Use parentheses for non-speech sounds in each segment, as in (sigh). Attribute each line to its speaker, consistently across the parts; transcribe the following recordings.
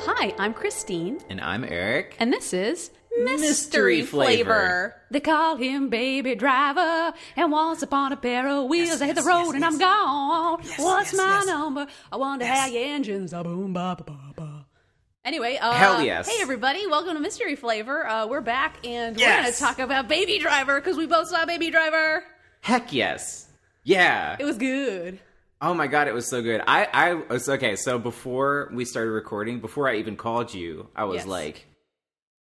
Speaker 1: Hi, I'm Christine,
Speaker 2: And I'm Eric.
Speaker 1: and this is
Speaker 2: Mystery Flavor.
Speaker 1: They call him Baby Driver, and once upon a pair of wheels,
Speaker 2: Yes,
Speaker 1: I hit the
Speaker 2: yes,
Speaker 1: road
Speaker 2: yes,
Speaker 1: and I'm
Speaker 2: yes.
Speaker 1: gone.
Speaker 2: Yes,
Speaker 1: What's
Speaker 2: yes,
Speaker 1: my
Speaker 2: yes.
Speaker 1: number? I wonder how
Speaker 2: Yes.
Speaker 1: your engines are boom ba ba ba ba. Anyway, uh,
Speaker 2: Hell yes.
Speaker 1: hey everybody, welcome to Mystery Flavor. Uh, we're back and we're going to
Speaker 2: Yes.
Speaker 1: talk about Baby Driver because we both saw Baby Driver.
Speaker 2: Heck yes. Yeah.
Speaker 1: It was good.
Speaker 2: Oh my god, it was so good. I I was okay, so before we started recording, before I even called you, I was
Speaker 1: Yes.
Speaker 2: like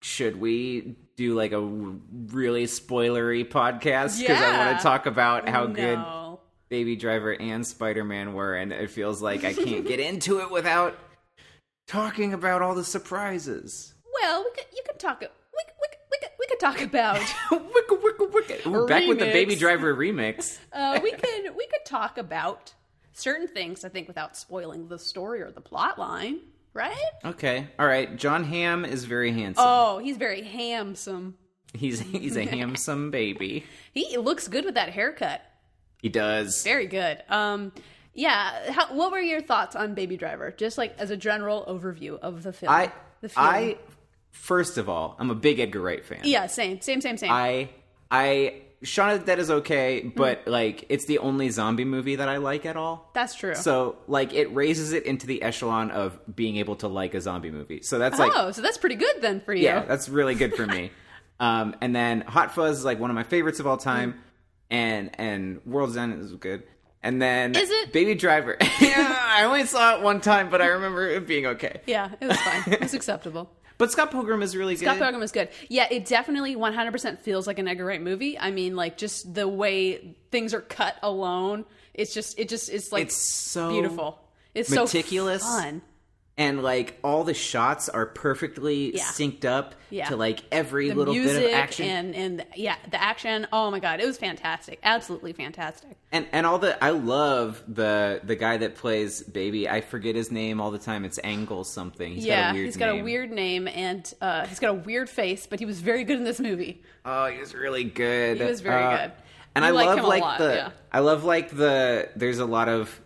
Speaker 2: should we do like a really spoilery podcast cuz I
Speaker 1: Yeah.
Speaker 2: want to talk about how good
Speaker 1: No.
Speaker 2: Baby Driver and Spider-Man were and it feels like I can't get into it without talking about all
Speaker 1: (laughs)
Speaker 2: the surprises.
Speaker 1: Well, we could, you could talk. We, we, we, could, we could talk about.
Speaker 2: wicka, wicka, wicka. Ooh, Back with the
Speaker 1: Remix.
Speaker 2: Baby Driver remix.
Speaker 1: uh, we could we could talk about certain things i think without spoiling the story or the plot line right
Speaker 2: Okay. All right. John Ham is very handsome.
Speaker 1: oh he's very handsome
Speaker 2: he's he's a handsome baby.
Speaker 1: he looks good with that haircut
Speaker 2: He does.
Speaker 1: very good um yeah how, what were your thoughts on baby driver just like as a general overview of the film
Speaker 2: I
Speaker 1: the film
Speaker 2: I first of all, I'm a big Edgar Wright fan.
Speaker 1: yeah same same same same
Speaker 2: I I Shaun of the Dead is okay, but like it's the only zombie movie that I like at all.
Speaker 1: that's true
Speaker 2: so like it raises it into the echelon of being able to like a zombie movie. So that's like
Speaker 1: oh so that's pretty good then for you
Speaker 2: yeah, (laughs) that's really good for me. um, and then Hot Fuzz is like one of my favorites of all time,
Speaker 1: Mm.
Speaker 2: and and World's End is good. And then
Speaker 1: Is it?
Speaker 2: Baby Driver? (laughs) yeah, I only saw it one time, but I remember it being okay.
Speaker 1: yeah it was fine it was
Speaker 2: (laughs)
Speaker 1: acceptable
Speaker 2: But Scott Pilgrim is really
Speaker 1: Scott
Speaker 2: good.
Speaker 1: Pilgrim is good. Yeah, it definitely 100% feels like an Edgar Wright movie. I mean, like just the way things are cut alone. It's just, it just, it's like
Speaker 2: It's so
Speaker 1: beautiful. It's
Speaker 2: meticulous.
Speaker 1: so fun.
Speaker 2: and like all the shots are perfectly
Speaker 1: Yeah.
Speaker 2: synced up
Speaker 1: Yeah.
Speaker 2: to like every
Speaker 1: The
Speaker 2: little
Speaker 1: music
Speaker 2: bit of action.
Speaker 1: and and yeah, the action. Oh my god, it was fantastic. Absolutely fantastic.
Speaker 2: and and all the I love the the guy that plays Baby. I forget his name all the time. It's Angle something. He's
Speaker 1: yeah,
Speaker 2: got a weird
Speaker 1: he's got
Speaker 2: name.
Speaker 1: a weird name and uh, he's got a weird face, but he was very good in this movie.
Speaker 2: Oh, he was really good.
Speaker 1: He was very
Speaker 2: Uh,
Speaker 1: good.
Speaker 2: And
Speaker 1: We
Speaker 2: I
Speaker 1: like
Speaker 2: love
Speaker 1: him a
Speaker 2: like
Speaker 1: lot,
Speaker 2: the
Speaker 1: yeah.
Speaker 2: I love like the there's a lot of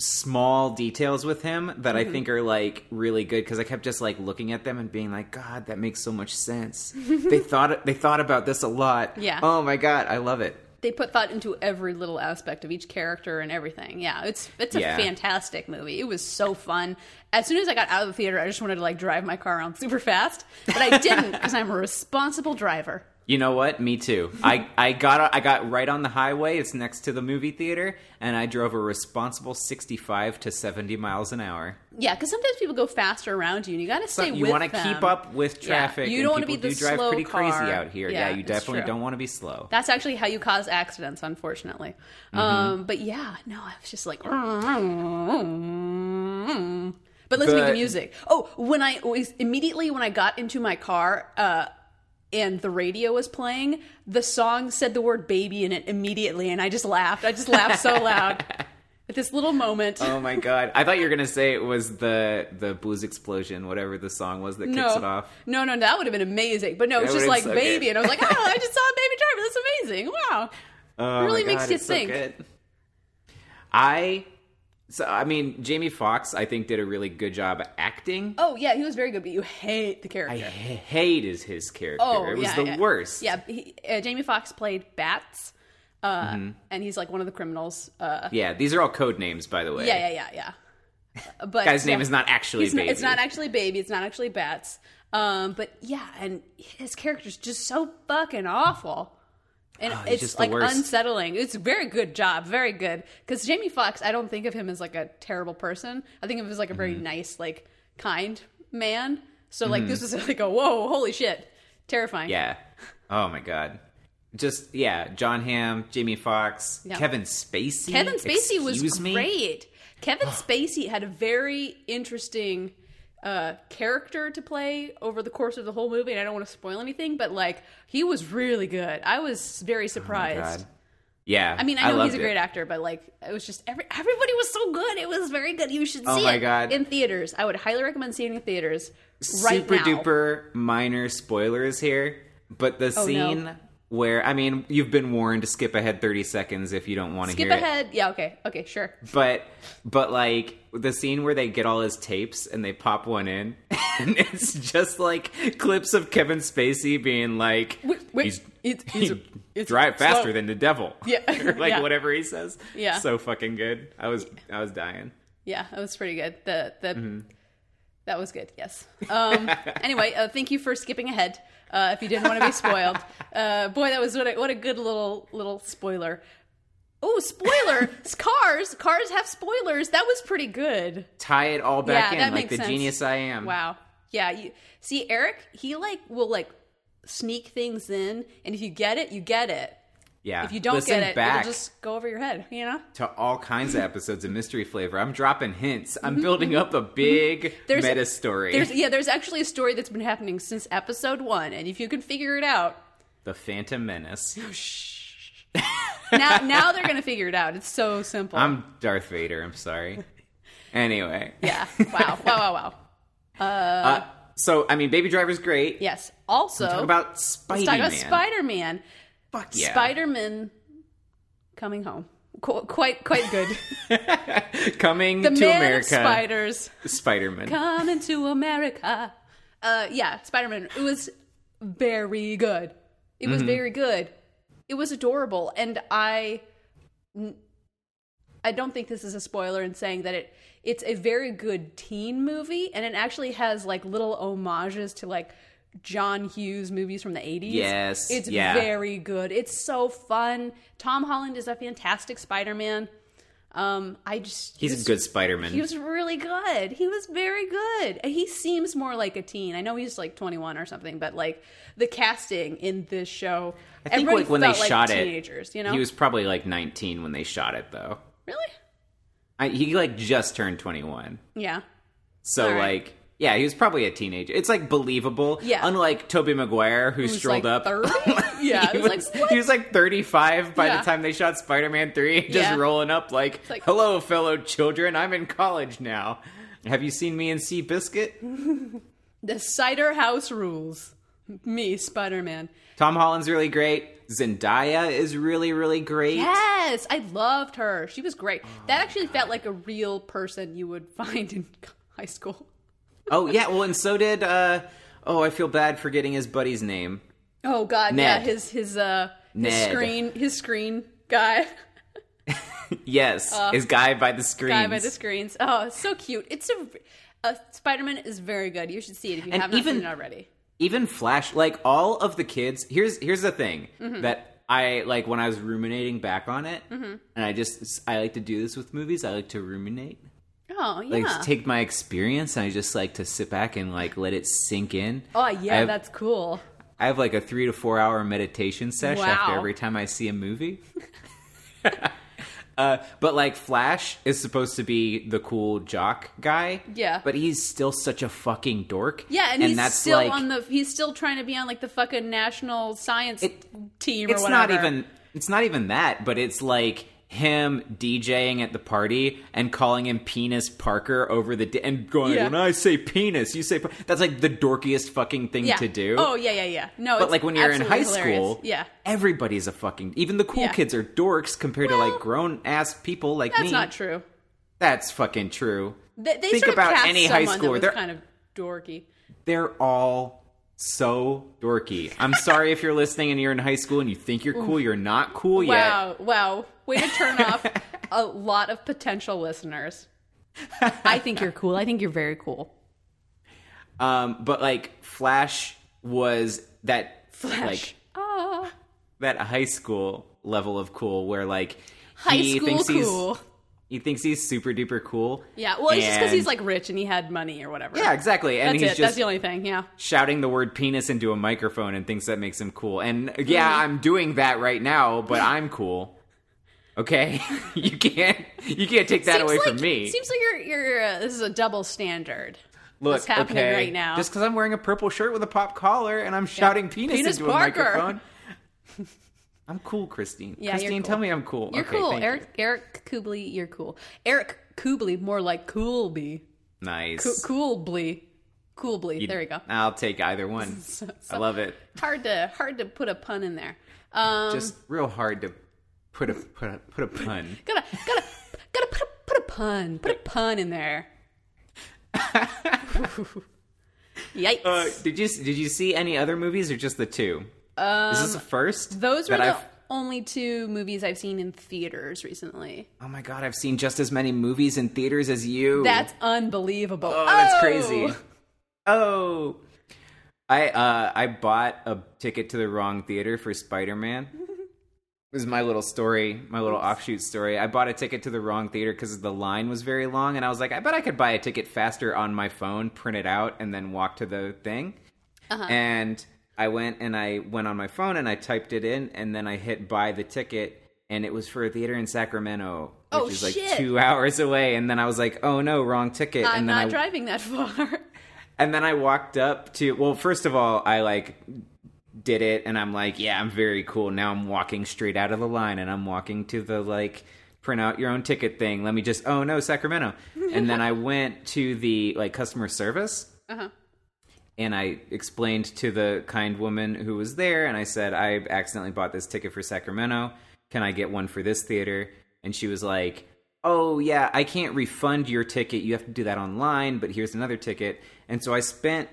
Speaker 2: small details with him
Speaker 1: Mm-hmm.
Speaker 2: that I think are like really good cuz I kept just like looking at them and being like god that makes so much
Speaker 1: (laughs)
Speaker 2: sense. they thought they thought about this a lot.
Speaker 1: Yeah.
Speaker 2: Oh my god, I love it.
Speaker 1: They put thought into every little aspect of each character and everything. Yeah, it's it's a
Speaker 2: Yeah.
Speaker 1: fantastic movie. It was so fun. As soon as I got out of the theater, I just wanted to like drive my car around super fast, but
Speaker 2: (laughs)
Speaker 1: I didn't because I'm a responsible driver.
Speaker 2: You know what?
Speaker 1: (laughs)
Speaker 2: Me too. I I got I got right on the highway. It's next to the movie theater and I drove a responsible 65 to 70 miles an hour.
Speaker 1: Yeah, because sometimes people go faster around you, and you got to stay.
Speaker 2: you
Speaker 1: want
Speaker 2: to keep up with traffic.
Speaker 1: You
Speaker 2: and
Speaker 1: don't wanna
Speaker 2: people
Speaker 1: be the
Speaker 2: do drive
Speaker 1: slow
Speaker 2: pretty
Speaker 1: car.
Speaker 2: crazy out here.
Speaker 1: Yeah,
Speaker 2: Yeah, you
Speaker 1: it's
Speaker 2: definitely
Speaker 1: true.
Speaker 2: don't want to be slow.
Speaker 1: That's actually how you cause accidents, unfortunately.
Speaker 2: Mm-hmm.
Speaker 1: Um, but yeah, no, I was just like. But let's make the
Speaker 2: The-
Speaker 1: music. Oh, when I was immediately when I got into my car uh, and the radio was playing, the song said the word baby in it immediately, and I just laughed. I just laughed so
Speaker 2: (laughs)
Speaker 1: loud at this little moment.
Speaker 2: (laughs) oh my god! I thought you were gonna say it was the the blues explosion, whatever the song was that kicks it
Speaker 1: no,
Speaker 2: off.
Speaker 1: no, no, that would have been amazing. But no, it was
Speaker 2: That
Speaker 1: just like
Speaker 2: would've been so
Speaker 1: baby,
Speaker 2: good.
Speaker 1: and I
Speaker 2: (laughs)
Speaker 1: was like, oh, I just saw Baby Driver. That's amazing. Wow.
Speaker 2: Oh
Speaker 1: Really
Speaker 2: my
Speaker 1: makes
Speaker 2: God,
Speaker 1: you
Speaker 2: it's so
Speaker 1: think.
Speaker 2: good. I so I mean Jamie Foxx I think did a really good job acting.
Speaker 1: Oh yeah, he was very good, but you hate the character.
Speaker 2: I h- hate is his character.
Speaker 1: Oh,
Speaker 2: it was
Speaker 1: yeah,
Speaker 2: the
Speaker 1: yeah.
Speaker 2: worst.
Speaker 1: Yeah, he, uh, Jamie Foxx played Bats, uh,
Speaker 2: Mm-hmm.
Speaker 1: and he's like one of the criminals. Uh,
Speaker 2: Yeah, These are all code names, by the way.
Speaker 1: yeah, yeah, yeah, yeah. But
Speaker 2: Guy's name
Speaker 1: yeah.
Speaker 2: is not actually
Speaker 1: He's not-
Speaker 2: Baby.
Speaker 1: it's not actually Baby. It's not actually Bats. Um, but yeah, and his character's just so fucking awful. And
Speaker 2: Oh, he's
Speaker 1: it's
Speaker 2: just the
Speaker 1: like
Speaker 2: worst.
Speaker 1: unsettling. It's a very good job, very good. Because Jamie Foxx, I don't think of him as like a terrible person. I think of him as like a
Speaker 2: Mm-hmm.
Speaker 1: very nice, like kind man. So like this
Speaker 2: Mm-hmm.
Speaker 1: was (laughs) like a whoa, holy shit, terrifying.
Speaker 2: Yeah. Oh my god. Just yeah, John Hamm, Jamie Foxx,
Speaker 1: Yeah.
Speaker 2: Kevin Spacey.
Speaker 1: Kevin Spacey was
Speaker 2: Excuse me?
Speaker 1: great. Kevin Spacey had a very interesting uh, character to play over the course of the whole movie, and I don't want to spoil anything, but like he was really good. I was very surprised.
Speaker 2: Oh God. Yeah.
Speaker 1: I mean, I know he's
Speaker 2: loved
Speaker 1: a great
Speaker 2: it.
Speaker 1: actor, but like it was just every everybody was so good. It was very good. You should see
Speaker 2: Oh my
Speaker 1: it
Speaker 2: God.
Speaker 1: in theaters. I would highly recommend seeing it in theaters right
Speaker 2: Super
Speaker 1: now.
Speaker 2: duper minor spoilers here, but the
Speaker 1: Oh, no.
Speaker 2: scene where I mean, you've been warned to skip ahead 30 seconds if you don't want to
Speaker 1: Skip
Speaker 2: hear it.
Speaker 1: ahead. Yeah, okay. Okay, sure.
Speaker 2: But but like the scene where they get all his tapes and they pop one in. (laughs) and it's just like clips of Kevin Spacey being like,
Speaker 1: Wait, wait,
Speaker 2: he's,
Speaker 1: it's- it's-
Speaker 2: he
Speaker 1: it's
Speaker 2: drive faster
Speaker 1: slow.
Speaker 2: than the devil,
Speaker 1: Yeah.
Speaker 2: or (laughs) like
Speaker 1: Yeah.
Speaker 2: whatever he says.
Speaker 1: Yeah.
Speaker 2: so fucking good. I was I was dying.
Speaker 1: Yeah, that was pretty good. The the
Speaker 2: Mm-hmm.
Speaker 1: that was good. Yes.
Speaker 2: (laughs)
Speaker 1: Um, anyway, uh, thank you for skipping ahead. Uh, if you didn't want to be
Speaker 2: (laughs)
Speaker 1: spoiled, uh, boy, that was what a, what a good little little spoiler. Oh, spoiler! It's cars, cars have spoilers. That was pretty good.
Speaker 2: Tie it all
Speaker 1: Yeah,
Speaker 2: back in
Speaker 1: that
Speaker 2: like
Speaker 1: makes
Speaker 2: the
Speaker 1: sense.
Speaker 2: genius I am.
Speaker 1: Wow. Yeah. You see, Eric, he like will like sneak things in, and if you get it, you get it.
Speaker 2: Yeah.
Speaker 1: If you don't
Speaker 2: Listen
Speaker 1: get it,
Speaker 2: back
Speaker 1: it'll just go over your head. You know.
Speaker 2: to all kinds of episodes of mystery flavor. I'm dropping hints. I'm building up a big
Speaker 1: Mm-hmm, There's-
Speaker 2: meta story.
Speaker 1: There's yeah. There's actually a story that's been happening since episode one, and if you can figure it out,
Speaker 2: The Phantom Menace.
Speaker 1: Oh, now now they're gonna figure it out. It's so simple.
Speaker 2: I'm Darth Vader.
Speaker 1: (laughs)
Speaker 2: I'm sorry. Anyway.
Speaker 1: yeah. Wow. Wow. Wow. Wow.
Speaker 2: Uh, so I mean, Baby Driver's great.
Speaker 1: Yes. Also,
Speaker 2: Talk about Spidey
Speaker 1: let's talk about
Speaker 2: Man.
Speaker 1: Spider-Man.
Speaker 2: Fuck yeah.
Speaker 1: Spider-Man coming home. Qu- quite quite
Speaker 2: (laughs)
Speaker 1: good.
Speaker 2: coming
Speaker 1: The
Speaker 2: to
Speaker 1: man of
Speaker 2: America.
Speaker 1: spiders
Speaker 2: Spider- man
Speaker 1: coming to America. Uh, yeah, Spider-Man. It was very good. It
Speaker 2: Mm-hmm.
Speaker 1: was very good. It was adorable, and I. I don't think this is a spoiler in saying that it it's a very good teen movie and it actually has like little homages to like John Hughes movies from the 80s.
Speaker 2: Yes,
Speaker 1: It's
Speaker 2: yeah.
Speaker 1: very good. It's so fun. Tom Holland is a fantastic Spider-Man. Um I just
Speaker 2: He's
Speaker 1: this-
Speaker 2: a good Spider-Man.
Speaker 1: He was really good. He was very good. And he seems more like a teen. I know he's like 21 or something, but like the casting in this show
Speaker 2: I think
Speaker 1: everybody
Speaker 2: like when they
Speaker 1: felt like
Speaker 2: shot
Speaker 1: teenagers,
Speaker 2: it,
Speaker 1: you know?
Speaker 2: he was probably like 19 when they shot it, though.
Speaker 1: really?
Speaker 2: I, he like just turned 21.
Speaker 1: Yeah.
Speaker 2: So
Speaker 1: All right.
Speaker 2: like, yeah, he was probably a teenager. It's like believable.
Speaker 1: Yeah.
Speaker 2: Unlike Toby Maguire, who
Speaker 1: was,
Speaker 2: strolled
Speaker 1: like,
Speaker 2: up.
Speaker 1: 30? Yeah,
Speaker 2: (laughs) he
Speaker 1: it was like, what?
Speaker 2: he was like 35 by
Speaker 1: Yeah.
Speaker 2: the time they shot Spider-Man 3, (laughs) just
Speaker 1: Yeah.
Speaker 2: rolling up like,
Speaker 1: like-
Speaker 2: "Hello, fellow children. I'm in college now. Have you seen me in Sea Biscuit?"
Speaker 1: The cider house rules. Me, Spider Man.
Speaker 2: Tom Holland's really great. Zendaya is really really great.
Speaker 1: Yes, I loved her. She was great. that actually felt like a real person you would (laughs) find in high school.
Speaker 2: Oh yeah, well and so did uh oh, I feel bad forgetting his buddy's name.
Speaker 1: Oh God,
Speaker 2: Ned.
Speaker 1: yeah, his his uh his
Speaker 2: Ned.
Speaker 1: screen his screen guy
Speaker 2: Yes, his guy by the screens.
Speaker 1: Uh, guy by the screens. Oh, it's so cute. It's a uh, Spider Man is very good. You should see it if you
Speaker 2: And
Speaker 1: have not
Speaker 2: even-
Speaker 1: seen it already.
Speaker 2: even flash like all of the kids here's here's the thing
Speaker 1: Mm-hmm.
Speaker 2: that i like when i was ruminating back on it and i just i like to do this with movies i like to ruminate
Speaker 1: Oh yeah.
Speaker 2: like take my experience and i just like to sit back and like let it sink in
Speaker 1: oh yeah,
Speaker 2: I have,
Speaker 1: that's cool.
Speaker 2: i have like a three to four hour meditation session after
Speaker 1: Wow.
Speaker 2: every time i see a movie (laughs) Uh, but like Flash is supposed to be the cool jock guy,
Speaker 1: Yeah.
Speaker 2: But he's still such a fucking dork.
Speaker 1: Yeah, and, he's
Speaker 2: that's
Speaker 1: still
Speaker 2: like,
Speaker 1: on the he's still trying to be on like the fucking national science
Speaker 2: It-
Speaker 1: team. Or
Speaker 2: it's
Speaker 1: whatever.
Speaker 2: not even it's not even that but it's like him DJing at the party and calling him penis Parker over the di- and going
Speaker 1: Yeah.
Speaker 2: when I say penis you say par-" that's like the dorkiest fucking thing
Speaker 1: yeah.
Speaker 2: to do.
Speaker 1: Oh yeah, yeah, yeah. No,
Speaker 2: but
Speaker 1: it's
Speaker 2: like when you're in
Speaker 1: absolutely
Speaker 2: high
Speaker 1: hilarious.
Speaker 2: school,
Speaker 1: yeah,
Speaker 2: everybody's a fucking even the cool
Speaker 1: Yeah.
Speaker 2: kids are dorks compared
Speaker 1: Well,
Speaker 2: to like grown ass people like
Speaker 1: that's
Speaker 2: me.
Speaker 1: not true.
Speaker 2: That's fucking true.
Speaker 1: They, they
Speaker 2: Think
Speaker 1: sort of
Speaker 2: about
Speaker 1: cast
Speaker 2: any high
Speaker 1: someone that
Speaker 2: schooler.
Speaker 1: was
Speaker 2: They're-
Speaker 1: kind of dorky.
Speaker 2: They're all so dorky. I'm sorry if you're listening and you're in high school and you think you're cool. You're not cool yet.
Speaker 1: Wow, wow, way to turn
Speaker 2: (laughs)
Speaker 1: off a lot of potential listeners. I think you're cool. I think you're very cool.
Speaker 2: Um, but like Flash was that
Speaker 1: Flash.
Speaker 2: like
Speaker 1: Ah,
Speaker 2: that high school level of cool where like
Speaker 1: high
Speaker 2: he
Speaker 1: school
Speaker 2: thinks he's
Speaker 1: cool.
Speaker 2: he thinks he's super duper cool.
Speaker 1: Yeah, well, it's just because he's
Speaker 2: and-
Speaker 1: like rich and he had money or whatever.
Speaker 2: yeah, exactly, and
Speaker 1: that's it.
Speaker 2: he's
Speaker 1: that's
Speaker 2: just
Speaker 1: the only thing. Yeah.
Speaker 2: shouting the word penis into a microphone and thinks that makes him cool. And yeah, I'm doing that right now, but I'm cool. Okay, (laughs) you can't you can't take that away
Speaker 1: like,
Speaker 2: from me.
Speaker 1: Seems like you're you're uh, this is a double standard.
Speaker 2: Look,
Speaker 1: what's happening
Speaker 2: okay,
Speaker 1: right now.
Speaker 2: Just because I'm wearing a purple shirt with a pop collar and I'm shouting penis,
Speaker 1: Penis
Speaker 2: into
Speaker 1: Parker. (laughs)
Speaker 2: a microphone. I'm cool, Christine.
Speaker 1: Yeah, you're
Speaker 2: Christine, tell
Speaker 1: cool.
Speaker 2: me I'm cool.
Speaker 1: You're
Speaker 2: okay,
Speaker 1: cool,
Speaker 2: thank
Speaker 1: Eric. Eric Kubley, you're cool. Eric Kubley, more like Coolby.
Speaker 2: you. Nice.
Speaker 1: Co- Coolbly, Coolbly. there you
Speaker 2: (laughs)
Speaker 1: go.
Speaker 2: I'll take
Speaker 1: (laughs)
Speaker 2: either one. I love it.
Speaker 1: Hard to hard to put a pun in there. Um,
Speaker 2: Just real hard to put a put a put a pun.
Speaker 1: gotta gotta gotta put a,
Speaker 2: (laughs)
Speaker 1: put a pun put a pun in there. Yikes.
Speaker 2: Uh, did you did you see any other movies or just the two? Is this the first?
Speaker 1: Um, Those were
Speaker 2: that
Speaker 1: the
Speaker 2: I've-
Speaker 1: only two movies I've seen in theaters recently.
Speaker 2: Oh my god, I've seen just as many movies in theaters as you.
Speaker 1: That's unbelievable.
Speaker 2: oh, that's
Speaker 1: Oh!
Speaker 2: crazy. Oh. I uh I bought a ticket to the wrong theater
Speaker 1: (laughs)
Speaker 2: for Spider-Man. This is my little story, my little offshoot story. I bought a ticket to the wrong theater cuz the line was very long and I was like, I bet I could buy a ticket faster on my phone, print it out and then walk to the thing.
Speaker 1: Uh-huh.
Speaker 2: And I went and I went on my phone and I typed it in and then I hit buy the ticket and it was for a theater in Sacramento, which
Speaker 1: Oh,
Speaker 2: is
Speaker 1: shit.
Speaker 2: like 2 hours away and then I was like, "Oh no, wrong ticket."
Speaker 1: I'm
Speaker 2: and then
Speaker 1: not
Speaker 2: I
Speaker 1: driving that far. (laughs)
Speaker 2: and then I walked up to well, first of all, I like did it and I'm like, yeah, I'm very cool. Now I'm walking straight out of the line and I'm walking to the like print out your own ticket thing. Let me just oh no, Sacramento. and then I went to the like customer service and I explained to the kind woman who was there, and I said, I accidentally bought this ticket for Sacramento. Can I get one for this theater? And she was like, Oh, yeah, I can't refund your ticket. You have to do that online, but here's another ticket. And so I spent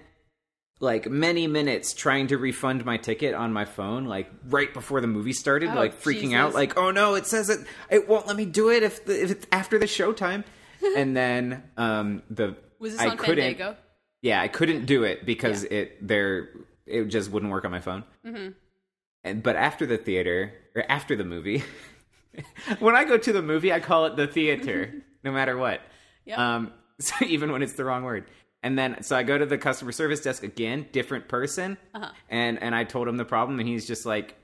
Speaker 2: like many minutes trying to refund my ticket on my phone, like right before the movie started,
Speaker 1: Oh,
Speaker 2: like freaking
Speaker 1: Jesus.
Speaker 2: out, like, oh no, it says it, it won't let me do it if, the, if it's after the showtime.
Speaker 1: (laughs)
Speaker 2: and then um, the
Speaker 1: Was this
Speaker 2: I
Speaker 1: on
Speaker 2: couldn't,
Speaker 1: Fandango?
Speaker 2: yeah, I couldn't do it because it there it just wouldn't work on my phone. Mm-hmm. And but after the theater or after the movie, (laughs) when I go to the movie, I call it
Speaker 1: (laughs)
Speaker 2: the theater, no matter what.
Speaker 1: Yep.
Speaker 2: Um, (laughs) so even when it's the wrong word. And then so I go to the customer service desk again, different person,
Speaker 1: Uh-huh.
Speaker 2: and and I told him the problem, and he's just like,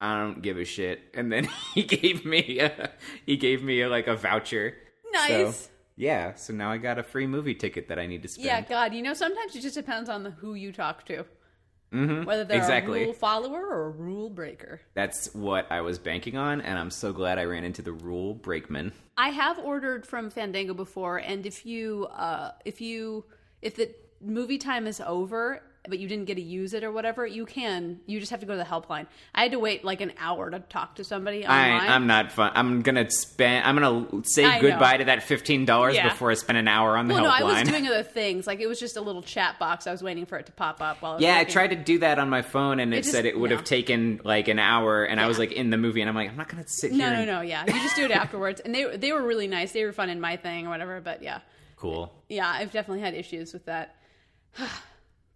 Speaker 2: I don't give a shit. And then (laughs) he gave me a, he gave me a, like a voucher. So,
Speaker 1: Nice.
Speaker 2: yeah, so now I got a free movie ticket that I need to spend.
Speaker 1: yeah, God, you know, sometimes it just depends on the who you talk to. Mm-hmm. Whether they're
Speaker 2: exactly.
Speaker 1: a rule follower or a rule breaker.
Speaker 2: That's what I was banking on, and I'm so glad I ran into the rule brakeman.
Speaker 1: I have ordered from Fandango before, and if you uh, if you if the movie time is over, but you didn't get to use it or whatever, you can. You just have to go to the helpline. I had to wait like an hour to talk to somebody
Speaker 2: I,
Speaker 1: online.
Speaker 2: I'm not fun. I'm gonna spend. I'm gonna say
Speaker 1: I know.
Speaker 2: goodbye to that fifteen dollars
Speaker 1: Yeah.
Speaker 2: before I spend an hour on the
Speaker 1: well, no, I
Speaker 2: helpline.
Speaker 1: was doing other things. Like it was just a little chat box. I was waiting for it to pop up while I was
Speaker 2: (laughs) yeah, I
Speaker 1: looking.
Speaker 2: tried to do that on my phone, and it,
Speaker 1: just-
Speaker 2: said it would
Speaker 1: no.
Speaker 2: have taken like an hour, and I was like in the movie, and I'm like, I'm not gonna sit here.
Speaker 1: No, no,
Speaker 2: and-
Speaker 1: no. Yeah, you just
Speaker 2: (laughs)
Speaker 1: do it afterwards, and they they were really nice. They were fun in my thing or whatever. But yeah,
Speaker 2: Cool.
Speaker 1: yeah, I've definitely had issues with that. (sighs)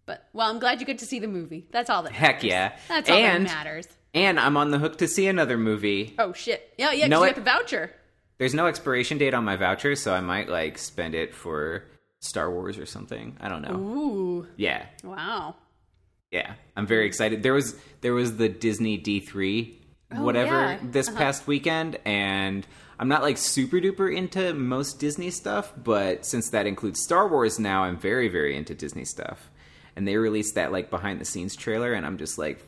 Speaker 1: but well, I'm glad you get to see the movie. That's all that.
Speaker 2: Heck
Speaker 1: matters.
Speaker 2: yeah.
Speaker 1: That's all
Speaker 2: and
Speaker 1: that matters.
Speaker 2: and I'm on the hook to see another movie.
Speaker 1: Oh shit! Yeah, yeah. 'cause
Speaker 2: No,
Speaker 1: you got
Speaker 2: it-
Speaker 1: the voucher.
Speaker 2: There's no expiration date on my voucher, so I might like spend it for Star Wars or something. I don't know.
Speaker 1: Ooh,
Speaker 2: Yeah,
Speaker 1: wow.
Speaker 2: Yeah, I'm very excited. There was there was the Disney D3 whatever
Speaker 1: Oh, yeah. Uh-huh.
Speaker 2: this past weekend and I'm not like super duper into most Disney stuff, but since that includes Star Wars now, I'm very very into Disney stuff. And they released that like behind the scenes trailer and I'm just like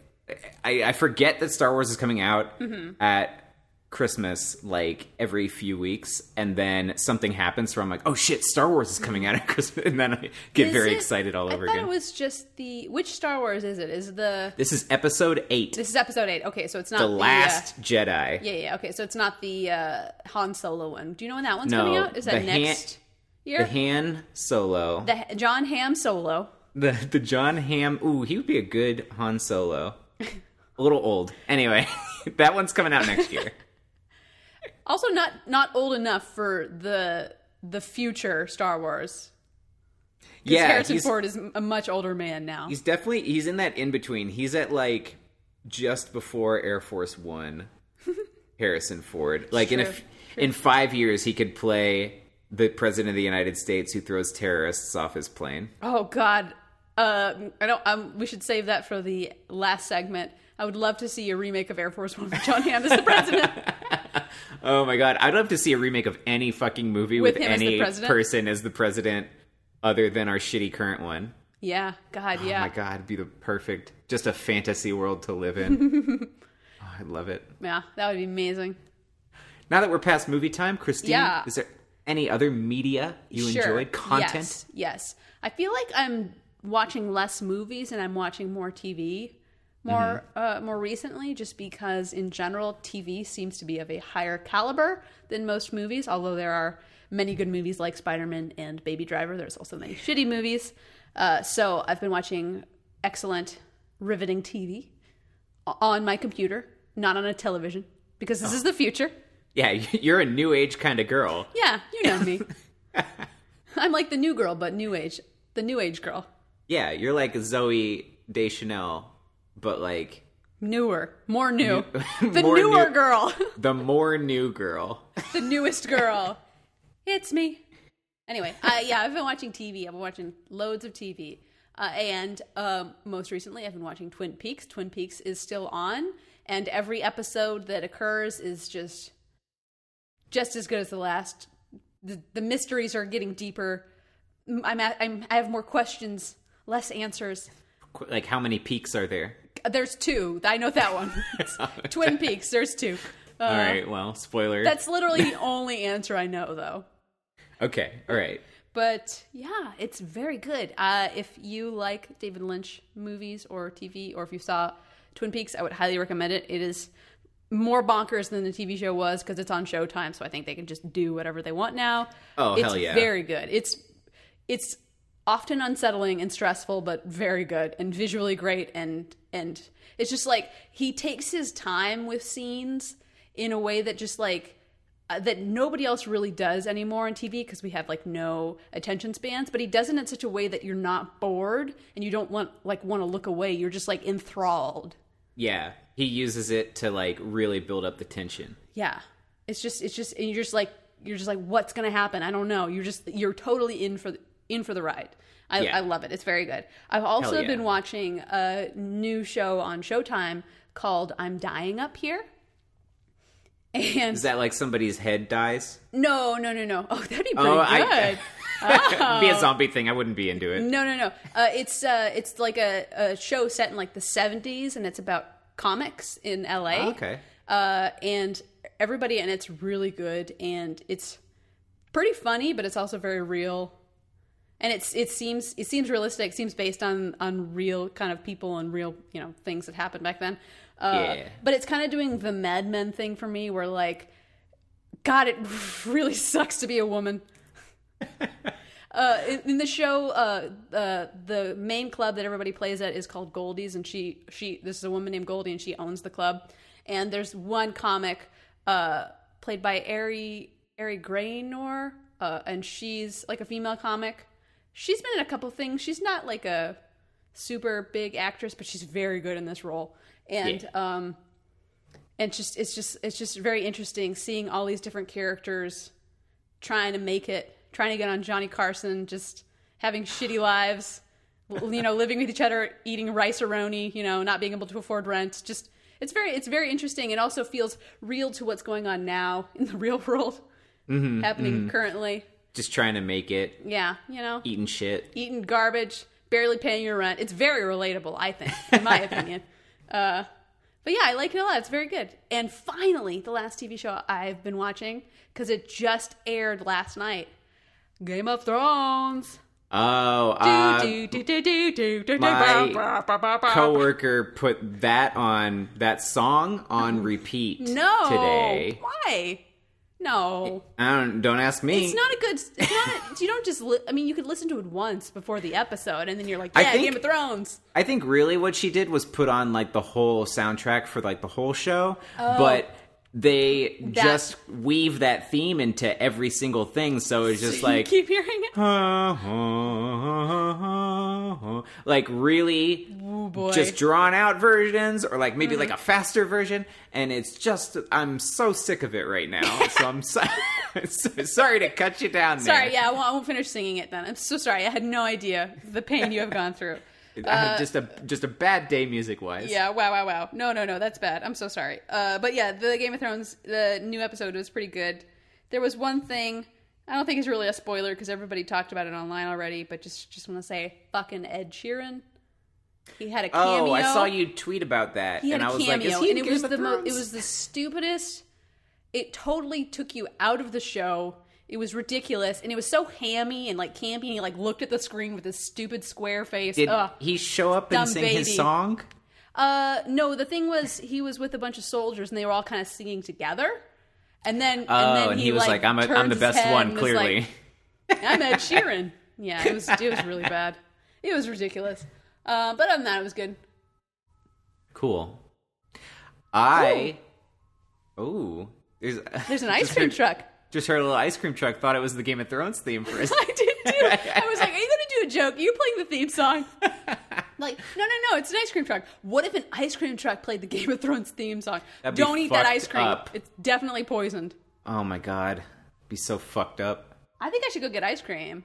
Speaker 2: I, I forget that Star Wars is coming out
Speaker 1: Mm-hmm.
Speaker 2: at Christmas like every few weeks and then something happens where I'm like, "Oh shit, Star Wars is coming out at Christmas." (laughs) And then I get
Speaker 1: Mm-hmm. Is
Speaker 2: very
Speaker 1: it-
Speaker 2: excited all over
Speaker 1: I thought
Speaker 2: again.
Speaker 1: it was just the which Star Wars is it? Is the
Speaker 2: this is episode 8.
Speaker 1: this is Episode Eight? Okay, so it's not
Speaker 2: the
Speaker 1: uh,
Speaker 2: Last Jedi.
Speaker 1: yeah, yeah. Okay, so it's not the uh, Han Solo one. Do you know when that one's
Speaker 2: No,
Speaker 1: coming out? Is that
Speaker 2: the Han-
Speaker 1: next year?
Speaker 2: The Han Solo.
Speaker 1: The Ha- John Ham Solo.
Speaker 2: The the John Ham. Ooh, he would be a good Han Solo. a little old. Anyway, (laughs) that one's coming out
Speaker 1: (laughs)
Speaker 2: next year.
Speaker 1: Also, not not old enough for the the future Star Wars. 'Cause
Speaker 2: yeah,
Speaker 1: Harrison
Speaker 2: he's,
Speaker 1: Ford is a much older man now.
Speaker 2: he's definitely he's in that in between. He's at like just before Air
Speaker 1: (laughs)
Speaker 2: Force One. Harrison Ford. Like in a,
Speaker 1: True,
Speaker 2: f- in five years, he could play the president of the United States who throws terrorists off his plane.
Speaker 1: Oh God, uh, I don't. Um, we should save that for the last segment. I would love to see a remake of Air Force One with John Hamm as the
Speaker 2: (laughs)
Speaker 1: president.
Speaker 2: Oh my god, I'd love to see a remake of any fucking movie
Speaker 1: With
Speaker 2: with,
Speaker 1: him as the
Speaker 2: any
Speaker 1: president?
Speaker 2: person as the president other than our shitty current one.
Speaker 1: yeah, God,
Speaker 2: Oh
Speaker 1: yeah,
Speaker 2: my god, it'd be the perfect just a fantasy world to live in.
Speaker 1: (laughs)
Speaker 2: oh, I love it.
Speaker 1: yeah, that would be amazing.
Speaker 2: Now that we're past movie time, Christine,
Speaker 1: Yeah.
Speaker 2: is there any other media you
Speaker 1: Sure.
Speaker 2: enjoyed? Content?
Speaker 1: Yes, yes. I feel like I'm watching less movies and I'm watching more TV. More,
Speaker 2: Mm-hmm.
Speaker 1: uh, more recently, just because in general TV seems to be of a higher caliber than most movies. Although there are many good movies like Spider Man and Baby Driver, there's also many shitty movies. Uh, so I've been watching excellent, riveting TV o- on my computer, not on a television, because
Speaker 2: Oh.
Speaker 1: this is the future.
Speaker 2: Yeah, (laughs) you're a new age kind of girl.
Speaker 1: Yeah, you know
Speaker 2: (laughs)
Speaker 1: me. I'm like the new girl, but new age. The new age girl.
Speaker 2: Yeah, you're like Zoe Deschanel, but like
Speaker 1: Newer. More
Speaker 2: (laughs)
Speaker 1: new.
Speaker 2: New-
Speaker 1: the
Speaker 2: More
Speaker 1: newer
Speaker 2: new-
Speaker 1: girl. (laughs)
Speaker 2: the more new girl. (laughs)
Speaker 1: the newest girl. It's me. Anyway, uh, yeah, I've been watching TV. I've been watching loads of TV. Uh, and um, most recently, I've been watching Twin Peaks. Twin Peaks is still on, and every episode that occurs is just just as good as the last. The, the mysteries are getting deeper. M- I'm, at, I'm I have more questions, less answers.
Speaker 2: Qu- Like, how many peaks are there?
Speaker 1: There's two. I know that
Speaker 2: (laughs)
Speaker 1: one. It's Twin Peaks. There's two. Uh,
Speaker 2: All right, well, spoiler.
Speaker 1: That's literally the only answer I know, though.
Speaker 2: okay, all right.
Speaker 1: But yeah, it's very good. Uh, if you like David Lynch movies or TV, or if you saw Twin Peaks, I would highly recommend it. It is more bonkers than the TV show was because it's on Showtime, so I think they can just do whatever they want now.
Speaker 2: Oh,
Speaker 1: it's
Speaker 2: hell yeah.
Speaker 1: Very good. It's it's often unsettling and stressful, but very good and visually great. And and it's just like he takes his time with scenes in a way that just like uh, that nobody else really does anymore on TV because we have like no attention spans, but he does it in such a way that you're not bored and you don't want like want to look away. You're just like enthralled.
Speaker 2: Yeah, he uses it to like really build up the tension.
Speaker 1: Yeah. It's just it's just and you're just like you're just like what's going to happen? I don't know. You're just you're totally in for the, in for the ride. I,
Speaker 2: Yeah.
Speaker 1: I love it. It's very good. I've also
Speaker 2: Hell yeah.
Speaker 1: been watching a new show on Showtime called I'm Dying Up Here. And
Speaker 2: Is that like somebody's head dies?
Speaker 1: no, no, no, no. Oh, that'd be pretty
Speaker 2: Oh,
Speaker 1: good.
Speaker 2: I- be a zombie thing. I wouldn't be into it.
Speaker 1: No, no, no. Uh, it's uh, it's like a, a show set in like the '70s, and it's about comics in LA.
Speaker 2: Oh, Okay.
Speaker 1: Uh, and everybody, and it's really good, and it's pretty funny, but it's also very real. And it's it seems it seems realistic. Seems based on on real kind of people and real you know things that happened back then. Uh,
Speaker 2: Yeah.
Speaker 1: But it's kind of doing the Mad Men thing for me, where like, God, it (laughs) really sucks to be a woman uh, in- in the show, uh, uh, the main club that everybody plays at is called Goldie's, and she she this is a woman named Goldie, and she owns the club. And there's one comic uh, played by Ari Ari Graynor, uh, and she's like a female comic. She's been in a couple things. She's not like a super big actress, but she's very good in this role. And um, and just it's just it's just very interesting seeing all these different characters trying to make it, trying to get on Johnny Carson, just having shitty lives, l- you know, living with each other, eating rice aroni, you know, not being able to afford rent. Just it's very it's very interesting. It also feels real to what's going on now in the (laughs) real world, happening currently.
Speaker 2: Just trying to make it,
Speaker 1: Yeah, you know,
Speaker 2: eating shit.
Speaker 1: eating garbage, barely paying your rent. It's very relatable, I think, in
Speaker 2: (laughs)
Speaker 1: my opinion. Uh, but yeah, I like it a lot. It's very good. And finally, the last TV show I've been watching because it just aired last night. Game of Thrones.
Speaker 2: Oh,
Speaker 1: Do,
Speaker 2: uh,
Speaker 1: do, do, do, do, do, do,
Speaker 2: my
Speaker 1: do, bah, bah, bah, bah.
Speaker 2: coworker put that on that song on repeat
Speaker 1: no.
Speaker 2: today.
Speaker 1: Why? No.
Speaker 2: I don't don't ask me.
Speaker 1: It's not a good. It's not. A, you don't just. Li- I mean, you could listen to it once before the episode, and then you're like,
Speaker 2: I
Speaker 1: "Yeah,
Speaker 2: think-
Speaker 1: Game of Thrones."
Speaker 2: I think really what she did was put on like the whole soundtrack for like the whole show, but they
Speaker 1: Oh. That-
Speaker 2: just weave that theme into every single thing. So
Speaker 1: (laughs)
Speaker 2: it's just like
Speaker 1: keep hearing it.
Speaker 2: Uh-huh. like really
Speaker 1: Oh boy. Mm-hmm.
Speaker 2: just drawn out versions or like maybe like a faster version and it's just i'm so sick of it right now so i'm so, (laughs) so sorry to cut you down there.
Speaker 1: Sorry, yeah, I won't, I won't finish singing it then. I'm so sorry. I had no idea the pain you have gone
Speaker 2: (laughs)
Speaker 1: through.
Speaker 2: I had just a just a bad day music
Speaker 1: uh,
Speaker 2: wise
Speaker 1: Yeah, wow, wow, wow. No, no, no, that's bad. I'm so sorry. Uh, but yeah, the Game of Thrones, the new episode was pretty good. There was one thing, I don't think it's really a spoiler because everybody talked about it online already, but just just want to say fucking Ed Sheeran. He had a
Speaker 2: oh
Speaker 1: cameo.
Speaker 2: i saw you tweet about that
Speaker 1: He had
Speaker 2: and
Speaker 1: a
Speaker 2: i was
Speaker 1: cameo,
Speaker 2: like is he
Speaker 1: and
Speaker 2: in
Speaker 1: it
Speaker 2: Game
Speaker 1: was
Speaker 2: of
Speaker 1: the mo- it
Speaker 2: Thrones?
Speaker 1: was the stupidest. It totally took you out of the show. It was ridiculous, and it was so hammy and like campy. And he like looked at the screen with this stupid square face.
Speaker 2: did
Speaker 1: Ugh.
Speaker 2: he show up
Speaker 1: Dumb
Speaker 2: and sing
Speaker 1: baby.
Speaker 2: his song
Speaker 1: Uh, no, the thing was he was with a bunch of soldiers, and they were all kind of singing together. And then,
Speaker 2: oh
Speaker 1: and then he,
Speaker 2: was
Speaker 1: like,
Speaker 2: like i'm, a,
Speaker 1: turns
Speaker 2: I'm the
Speaker 1: his
Speaker 2: best
Speaker 1: head
Speaker 2: one
Speaker 1: and was like,
Speaker 2: (laughs) clearly
Speaker 1: I'm Ed Sheeran. Yeah, it was it was really bad. It was ridiculous. Uh, but other than that, it was good.
Speaker 2: Cool. I. Oh, there's (laughs)
Speaker 1: There's an ice cream truck.
Speaker 2: Just heard a little ice cream truck. Thought it was the Game of Thrones theme for
Speaker 1: (laughs)
Speaker 2: a
Speaker 1: I did too. I was like, are you going to do a joke? Are you playing the theme
Speaker 2: (laughs)
Speaker 1: song? Like, no, no, no, it's an ice cream truck. What if an ice cream truck played the Game of Thrones theme song?
Speaker 2: (laughs) That'd be
Speaker 1: Don't eat that
Speaker 2: fucked
Speaker 1: ice cream.
Speaker 2: up.
Speaker 1: It's definitely poisoned.
Speaker 2: Oh my god, be so fucked up.
Speaker 1: I think I should go get ice cream.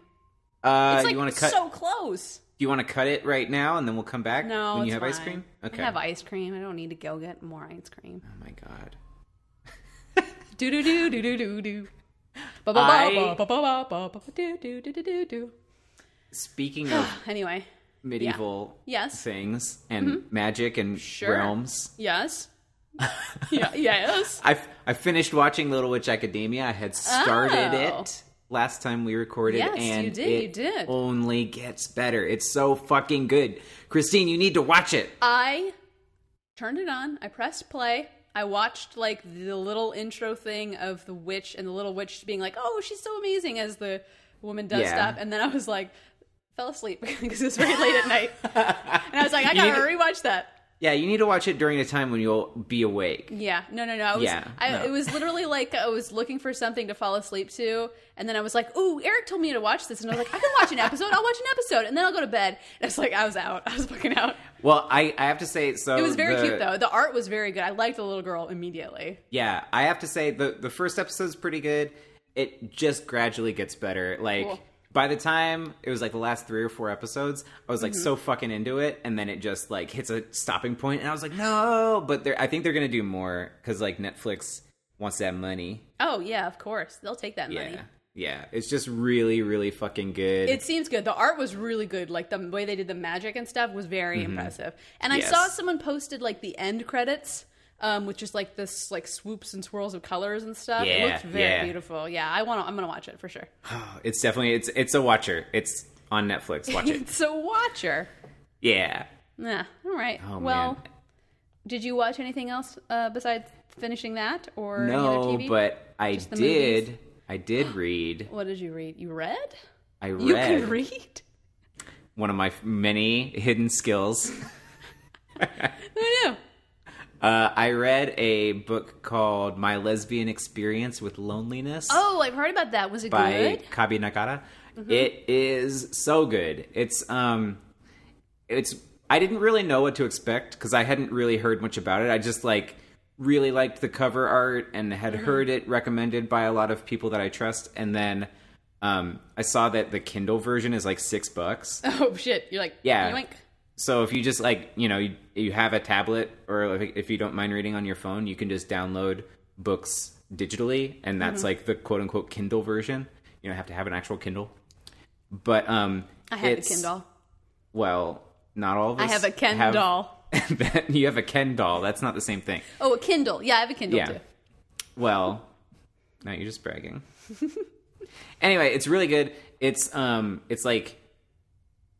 Speaker 2: Uh,
Speaker 1: It's like
Speaker 2: you want to cut?
Speaker 1: so close.
Speaker 2: you want to cut it right now, and then we'll come back
Speaker 1: No,
Speaker 2: when you
Speaker 1: it's
Speaker 2: have ice
Speaker 1: fine.
Speaker 2: cream. Okay.
Speaker 1: I have ice cream. I don't need to go get more ice cream.
Speaker 2: oh my god.
Speaker 1: Do do do do do do do. Ba
Speaker 2: I-
Speaker 1: ba ba ba ba ba ba ba do do do do do do. (gasps)
Speaker 2: Speaking of
Speaker 1: Anyway,
Speaker 2: medieval
Speaker 1: Yes. Mm-hmm.
Speaker 2: things and magic and
Speaker 1: Sure.
Speaker 2: realms, (laughs)
Speaker 1: yes. yeah, yes.
Speaker 2: I I finished watching Little Witch Academia. I had started
Speaker 1: Oh.
Speaker 2: it last time we recorded,
Speaker 1: Yes, you
Speaker 2: and
Speaker 1: did,
Speaker 2: it
Speaker 1: you did.
Speaker 2: only gets better. It's so fucking good, Christine. You need to watch it.
Speaker 1: Uh, I turned it on. I pressed play. I watched like the little intro thing of the witch and the little witch being like, "Oh, she's so amazing" as the woman does
Speaker 2: Yeah.
Speaker 1: stuff, and then I was like, fell asleep (laughs) because it was very late at
Speaker 2: (laughs)
Speaker 1: night, and I was like, "I
Speaker 2: You
Speaker 1: gotta rewatch that."
Speaker 2: Yeah, you need to watch it during a time when you'll be awake.
Speaker 1: Yeah, no, no, no. I was,
Speaker 2: Yeah,
Speaker 1: I,
Speaker 2: no.
Speaker 1: It was literally like I was looking for something to fall asleep to, and then I was like, "Ooh, Eric told me to watch this," and I was like, "I can watch an episode. I'll watch an episode, and then I'll go to bed." And it's like I was out. I was fucking out.
Speaker 2: Well, I, I have to say, so
Speaker 1: It was very
Speaker 2: Oh, the-
Speaker 1: cute though. The art was very good. I liked the little girl immediately.
Speaker 2: Yeah, I have to say the the first episode's pretty good. It just gradually gets better. Like
Speaker 1: Cool.
Speaker 2: by the time it was like the last three or four episodes, I was like
Speaker 1: Mm-hmm.
Speaker 2: so fucking into it, and then it just like hits a stopping point, and I was like, no. But they're, I think they're gonna do more because like Netflix wants that money.
Speaker 1: Oh yeah, of course they'll take that money.
Speaker 2: Yeah, yeah. It's just really, really fucking good.
Speaker 1: It seems good. The art was really good. Like the way they did the magic and stuff was very impressive. And
Speaker 2: Mm-hmm. Yes.
Speaker 1: I saw someone posted like the end credits, um, with just like this like swoops and swirls of colors and stuff.
Speaker 2: Yeah,
Speaker 1: it looked very
Speaker 2: yeah.
Speaker 1: beautiful. Yeah, I want. to I'm gonna watch it for sure.
Speaker 2: (sighs) it's definitely it's it's a watcher. It's on Netflix. Watch
Speaker 1: (laughs)
Speaker 2: it.
Speaker 1: it's a watcher.
Speaker 2: yeah.
Speaker 1: Yeah. All right.
Speaker 2: Oh,
Speaker 1: well,
Speaker 2: man.
Speaker 1: did you watch anything else uh, besides finishing that or any other
Speaker 2: No,
Speaker 1: TV?
Speaker 2: but I
Speaker 1: Just the
Speaker 2: did. I did read.
Speaker 1: what did you read? You read?
Speaker 2: I read.
Speaker 1: You can (laughs) read.
Speaker 2: one of my f- many hidden skills.
Speaker 1: I know.
Speaker 2: Uh, I read a book called My Lesbian Experience with Loneliness
Speaker 1: Oh, I've heard about that. Was it
Speaker 2: by (laughs)
Speaker 1: good? Mm-hmm.
Speaker 2: Kabi Nakata. It is so good. It's um it's I didn't really know what to expect cuz I hadn't really heard much about it. I just like really liked the cover art and had
Speaker 1: Mm-hmm.
Speaker 2: heard it recommended by a lot of people that I trust and then um I saw that the Kindle version is like 6 bucks.
Speaker 1: Oh shit! You're like
Speaker 2: Yeah.
Speaker 1: yoink.
Speaker 2: So if you just like, you know, you, you have a tablet or if, if you don't mind reading on your phone, you can just download books digitally and that's
Speaker 1: Mm-hmm.
Speaker 2: like the quote unquote Kindle version. You don't have to have an actual Kindle. But um
Speaker 1: I have a
Speaker 2: it's-
Speaker 1: Kindle.
Speaker 2: Well, not all of
Speaker 1: I
Speaker 2: us
Speaker 1: have a Ken doll.
Speaker 2: (laughs) that, you have a Ken doll. That's not the same thing.
Speaker 1: Oh, a Kindle. Yeah, I have a Kindle
Speaker 2: Yeah.
Speaker 1: too.
Speaker 2: Well, no, you're just bragging. (laughs) anyway, it's really good. It's um, it's like,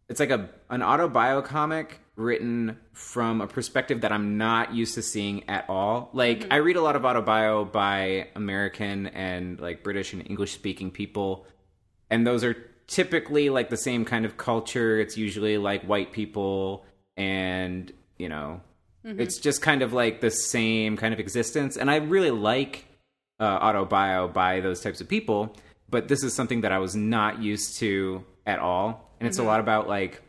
Speaker 2: it's like a an autobio comic written from a perspective that I'm not used to seeing at all. Like I read a lot of autobio by American and like British and English speaking people, and those are typically like the same kind of culture. It's usually like white people and you know it's just kind of like the same kind of existence and i really like uh, autobio by those types of people but this is something that i was not used to at all and it's a lot about like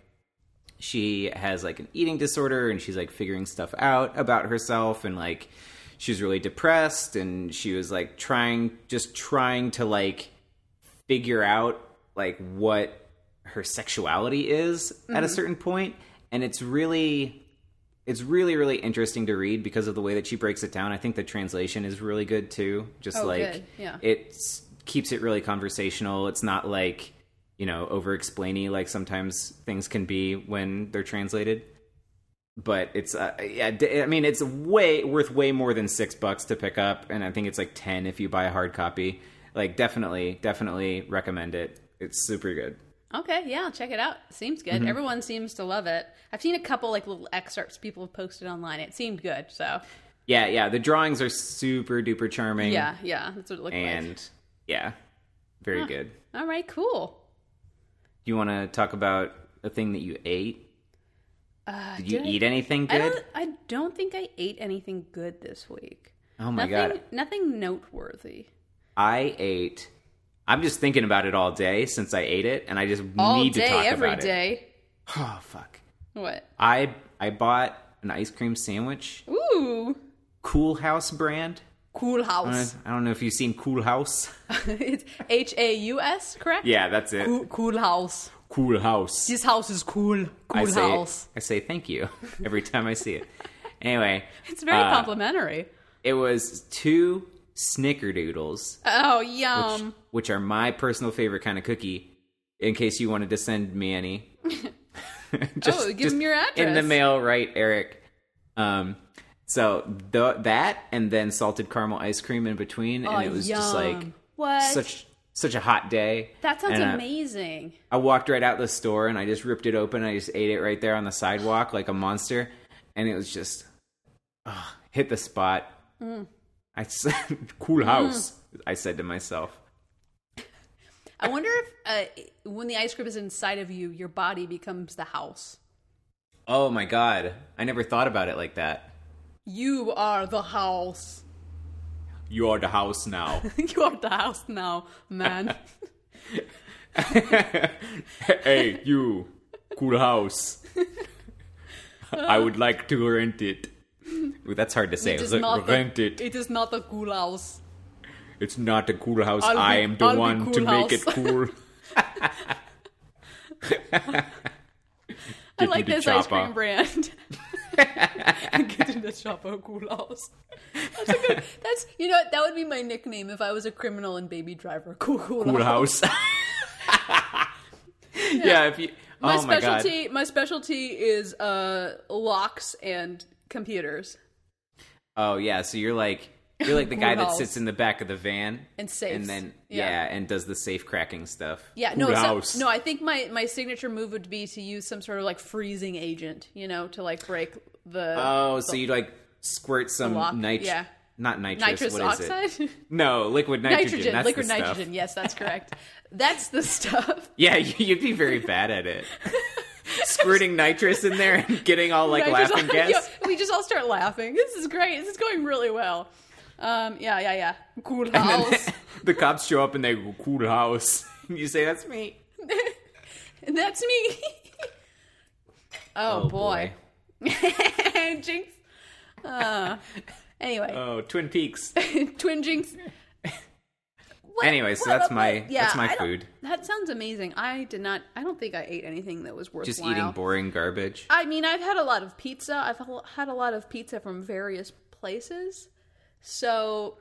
Speaker 2: she has like an eating disorder and she's like figuring stuff out about herself and like she's really depressed and she was like trying just trying to like figure out like what her sexuality is at a
Speaker 1: Mm-hmm.
Speaker 2: certain point and it's really it's really really interesting to read because of the way that she breaks it down. I think the translation is really good too. Just
Speaker 1: Oh,
Speaker 2: like
Speaker 1: good. Yeah.
Speaker 2: it keeps it really conversational. It's not like you know over explainy like sometimes things can be when they're translated. But it's uh, yeah, d- I mean it's way worth way more than six bucks to pick up, and I think it's like ten if you buy a hard copy. Like definitely, definitely recommend it. It's super good.
Speaker 1: Okay, yeah, check it out. Seems
Speaker 2: Mm-hmm.
Speaker 1: good. Everyone seems to love it. I've seen a couple like little excerpts people have posted online. It seemed good. So
Speaker 2: Yeah, yeah. The drawings are super duper charming.
Speaker 1: yeah, yeah, that's what it looked like.
Speaker 2: and yeah, very good.
Speaker 1: All right, cool.
Speaker 2: Do you want to talk about a thing that you ate?
Speaker 1: Uh,
Speaker 2: Did you
Speaker 1: did I-
Speaker 2: eat anything
Speaker 1: I
Speaker 2: good?
Speaker 1: don't, I don't think I ate anything good this week.
Speaker 2: Oh my
Speaker 1: nothing,
Speaker 2: god.
Speaker 1: Nothing noteworthy.
Speaker 2: I ate I'm just thinking about it all day since I ate it and I just
Speaker 1: All
Speaker 2: need to
Speaker 1: day,
Speaker 2: talk
Speaker 1: every
Speaker 2: about it.
Speaker 1: day.
Speaker 2: (sighs) Oh fuck.
Speaker 1: What?
Speaker 2: I I bought an ice cream sandwich,
Speaker 1: Ooh.
Speaker 2: Cool House brand.
Speaker 1: Cool
Speaker 2: I
Speaker 1: house.
Speaker 2: I don't know if you've seen Cool House.
Speaker 1: (laughs) it's H A U S, correct?
Speaker 2: Yeah, that's it.
Speaker 1: Cool, cool house.
Speaker 2: Cool House.
Speaker 1: This house is cool.
Speaker 2: I
Speaker 1: Cool
Speaker 2: say
Speaker 1: house.
Speaker 2: I say thank you every time I see it. Anyway,
Speaker 1: It's very
Speaker 2: uh,
Speaker 1: complimentary.
Speaker 2: It was two snickerdoodles,
Speaker 1: Oh, yum.
Speaker 2: which are my personal favorite kind of cookie. In case you wanted to send me any, just,
Speaker 1: Oh, give 'em your
Speaker 2: in the
Speaker 1: address.
Speaker 2: mail, right, Eric? Um, so th- that and then salted caramel ice cream in between,
Speaker 1: Oh,
Speaker 2: and it was just like
Speaker 1: yum. what?
Speaker 2: such such a hot day.
Speaker 1: that sounds
Speaker 2: and, uh,
Speaker 1: amazing.
Speaker 2: I walked right out the store and I just ripped it open. I just ate it right there on the sidewalk like a monster, and it was just ugh, hit the spot. I said, (laughs) "Cool house," I said to myself.
Speaker 1: I wonder if uh, when the ice cream is inside of you, your body becomes the house.
Speaker 2: Oh my god, I never thought about it like that.
Speaker 1: You are the house. (laughs)
Speaker 2: You are the house now. (laughs)
Speaker 1: you are the house now, man.
Speaker 2: hey, you, cool house. (laughs) I would like to rent it. Ooh, that's hard to say.
Speaker 1: It
Speaker 2: It
Speaker 1: is
Speaker 2: was like,
Speaker 1: not a-
Speaker 2: rent it.
Speaker 1: It is not a cool house.
Speaker 2: It's not a cool house.
Speaker 1: I'll be-
Speaker 2: I am the
Speaker 1: I'll be
Speaker 2: one
Speaker 1: cool
Speaker 2: to make it
Speaker 1: house. (laughs)
Speaker 2: cool.
Speaker 1: I like
Speaker 2: the
Speaker 1: this ice cream
Speaker 2: chopper.
Speaker 1: brand. (laughs) Get in the chopper cool house. That's a good. That's you know what, that would be my nickname if I was a criminal and baby driver. Cool, cool,
Speaker 2: Cool house.
Speaker 1: (laughs)
Speaker 2: (laughs) yeah, if you.
Speaker 1: My
Speaker 2: oh my god.
Speaker 1: specialty. My specialty is uh locks and computers
Speaker 2: Oh yeah, so you're like you're like the guy
Speaker 1: Cool
Speaker 2: that
Speaker 1: house.
Speaker 2: sits in the back of the van
Speaker 1: and safes.
Speaker 2: and then yeah.
Speaker 1: yeah.
Speaker 2: and does the safe cracking stuff.
Speaker 1: Yeah,
Speaker 2: cool
Speaker 1: no,
Speaker 2: house.
Speaker 1: so, no. I think my my signature move would be to use some sort of like freezing agent, you know, to like break the
Speaker 2: oh, so you like squirt some
Speaker 1: lock,
Speaker 2: nitri-
Speaker 1: yeah.
Speaker 2: not nitrous.
Speaker 1: nitrous
Speaker 2: what is
Speaker 1: oxide, (laughs)
Speaker 2: it? No, liquid nitrogen.
Speaker 1: nitrogen,
Speaker 2: that's
Speaker 1: liquid
Speaker 2: the stuff.
Speaker 1: nitrogen. Yes, that's correct. that's the (laughs) stuff.
Speaker 2: Yeah, (laughs) you- you'd be very bad at it. Squirting nitrous in there and getting all like
Speaker 1: I just- (laughs)
Speaker 2: laughing gas.
Speaker 1: Yeah, we just all start laughing. This is great. This is going really well. Um, yeah, yeah, yeah. Cool
Speaker 2: And (laughs)
Speaker 1: house.
Speaker 2: then the cops show up and they go, cool house. (laughs) And you say, that's me.
Speaker 1: And (laughs) That's me. oh, boy. (laughs) Jinx. Uh, anyway,
Speaker 2: Oh, Twin Peaks.
Speaker 1: (laughs) twin jinx. What-
Speaker 2: Anyway, so
Speaker 1: what-
Speaker 2: that's my
Speaker 1: what- yeah,
Speaker 2: that's my
Speaker 1: I don't-
Speaker 2: food.
Speaker 1: That sounds amazing. I did not. I don't think I ate anything that was worthwhile.
Speaker 2: Just eating boring garbage.
Speaker 1: I mean, I've had a lot of pizza. I've hel- had a lot of pizza from various places. So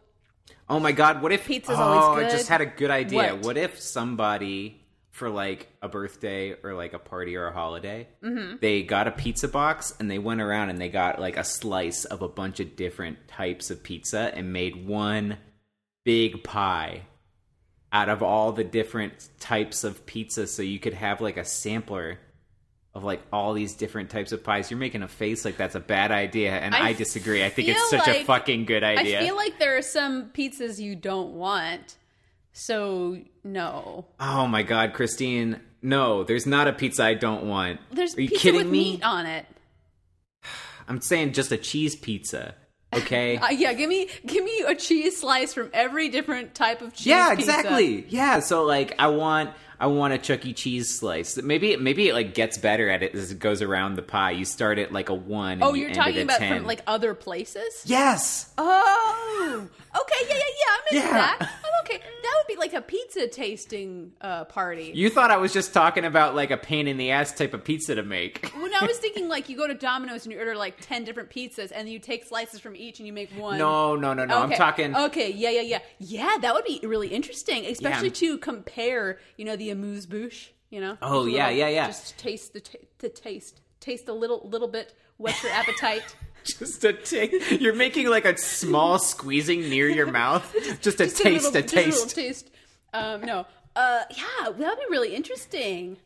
Speaker 2: Oh my god, what if
Speaker 1: Pizza's
Speaker 2: oh,
Speaker 1: always
Speaker 2: I
Speaker 1: good.
Speaker 2: just had a good idea.
Speaker 1: What?
Speaker 2: What? if somebody for like a birthday or like a party or a holiday,
Speaker 1: Mm-hmm.
Speaker 2: they got a pizza box and they went around and they got like a slice of a bunch of different types of pizza and made one big pie out of all the different types of pizza so you could have like a sampler of like all these different types of pies. You're making a face like that's a bad idea and
Speaker 1: I
Speaker 2: I, disagree. I think it's
Speaker 1: feel
Speaker 2: such a
Speaker 1: like-
Speaker 2: fucking good idea.
Speaker 1: I feel like there are some pizzas you don't want. So no,
Speaker 2: Oh my God, Christine! No, there's not a pizza I don't want.
Speaker 1: there's
Speaker 2: Are you
Speaker 1: pizza
Speaker 2: kidding
Speaker 1: with
Speaker 2: me?
Speaker 1: meat on it.
Speaker 2: I'm saying just a cheese pizza,
Speaker 1: (laughs)
Speaker 2: okay?
Speaker 1: Uh, yeah, give me give me a cheese slice from every different type of cheese.
Speaker 2: yeah,
Speaker 1: pizza.
Speaker 2: exactly. Yeah, so like I want I want a Chuck E. Cheese slice. Maybe maybe it like gets better at it as it goes around the pie. You start at like a one. And
Speaker 1: Oh,
Speaker 2: you
Speaker 1: you're
Speaker 2: end
Speaker 1: talking
Speaker 2: at a
Speaker 1: about
Speaker 2: 10.
Speaker 1: from like other places.
Speaker 2: yes.
Speaker 1: Oh, okay, yeah, yeah, yeah. I'm into
Speaker 2: Yeah.
Speaker 1: that. I'm okay. That would be like a pizza tasting uh, party.
Speaker 2: You thought I was just talking about like a pain in the ass type of pizza to make.
Speaker 1: when I was thinking, like, you go to Domino's and you order like ten different pizzas, and you take slices from each, and you make one.
Speaker 2: No, no, no, no. I'm
Speaker 1: Okay. Oh.
Speaker 2: talking.
Speaker 1: Okay, yeah, yeah, yeah, yeah. That would be really interesting, especially
Speaker 2: Yeah.
Speaker 1: to compare. You know, the amuse bouche. You know.
Speaker 2: Oh,
Speaker 1: Just a
Speaker 2: yeah,
Speaker 1: little-
Speaker 2: yeah, yeah.
Speaker 1: Just taste the ta the taste, taste a little little bit, whet your appetite.
Speaker 2: (laughs) Just a tick. You're making like a small squeezing near your mouth. Just
Speaker 1: (laughs)
Speaker 2: a
Speaker 1: Just
Speaker 2: (laughs) taste,
Speaker 1: little-
Speaker 2: a
Speaker 1: just a little
Speaker 2: taste.
Speaker 1: taste. Um, no. Uh, yeah, that would be really interesting.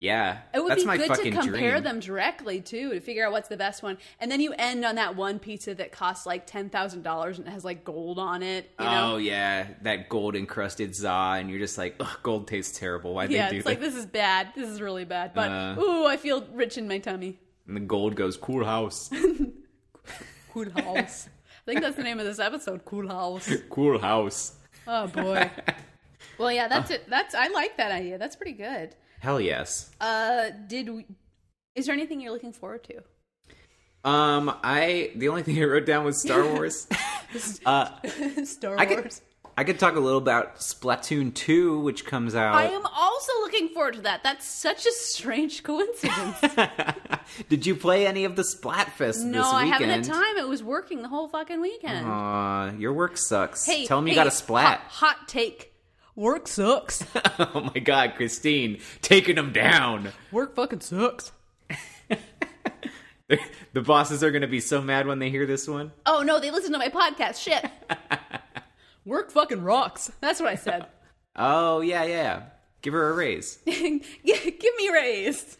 Speaker 2: Yeah,
Speaker 1: It would
Speaker 2: that's
Speaker 1: be
Speaker 2: my
Speaker 1: good to
Speaker 2: fucking
Speaker 1: compare
Speaker 2: dream.
Speaker 1: them directly too to figure out what's the best one, and then you end on that one pizza that costs like ten thousand dollars and has like gold on it. You know?
Speaker 2: Oh yeah, that gold encrusted za, and you're just like, Ugh, gold tastes terrible. Why
Speaker 1: yeah,
Speaker 2: they do
Speaker 1: it's
Speaker 2: that?
Speaker 1: like this is bad. This is really bad. But
Speaker 2: Uh.
Speaker 1: ooh, I feel rich in my tummy.
Speaker 2: and the gold goes
Speaker 1: (laughs)
Speaker 2: cool house, (laughs)
Speaker 1: Cool house. I think that's the name of this episode. Cool house.
Speaker 2: cool house.
Speaker 1: Oh
Speaker 2: (laughs)
Speaker 1: boy. well, yeah, that's it. That's I like that idea. That's pretty good.
Speaker 2: Hell yes.
Speaker 1: Uh, did we? Is there anything you're looking forward to? (laughs)
Speaker 2: Um, I the only thing I wrote down
Speaker 1: (laughs)
Speaker 2: was Star Wars.
Speaker 1: Star
Speaker 2: I could I could talk a little about Splatoon two, which comes out.
Speaker 1: I am also looking forward to that. That's such a strange coincidence.
Speaker 2: (laughs) Did you play any of the
Speaker 1: no,
Speaker 2: Splatfest this weekend?
Speaker 1: I haven't had time. It was working the whole fucking weekend.
Speaker 2: Aw, your work sucks.
Speaker 1: hey,
Speaker 2: Tell me
Speaker 1: hey,
Speaker 2: you got a splat.
Speaker 1: Hot, hot take. Work
Speaker 2: (laughs)
Speaker 1: sucks.
Speaker 2: oh my god, Christine, taking them down.
Speaker 1: Work fucking sucks.
Speaker 2: (laughs) the bosses are going to be so mad when they hear this one.
Speaker 1: Oh no, they listen to my podcast. Shit.
Speaker 2: (laughs)
Speaker 1: Work fucking rocks. That's what I said. (laughs)
Speaker 2: Oh yeah, yeah. Give her a raise.
Speaker 1: G- Give me a raise.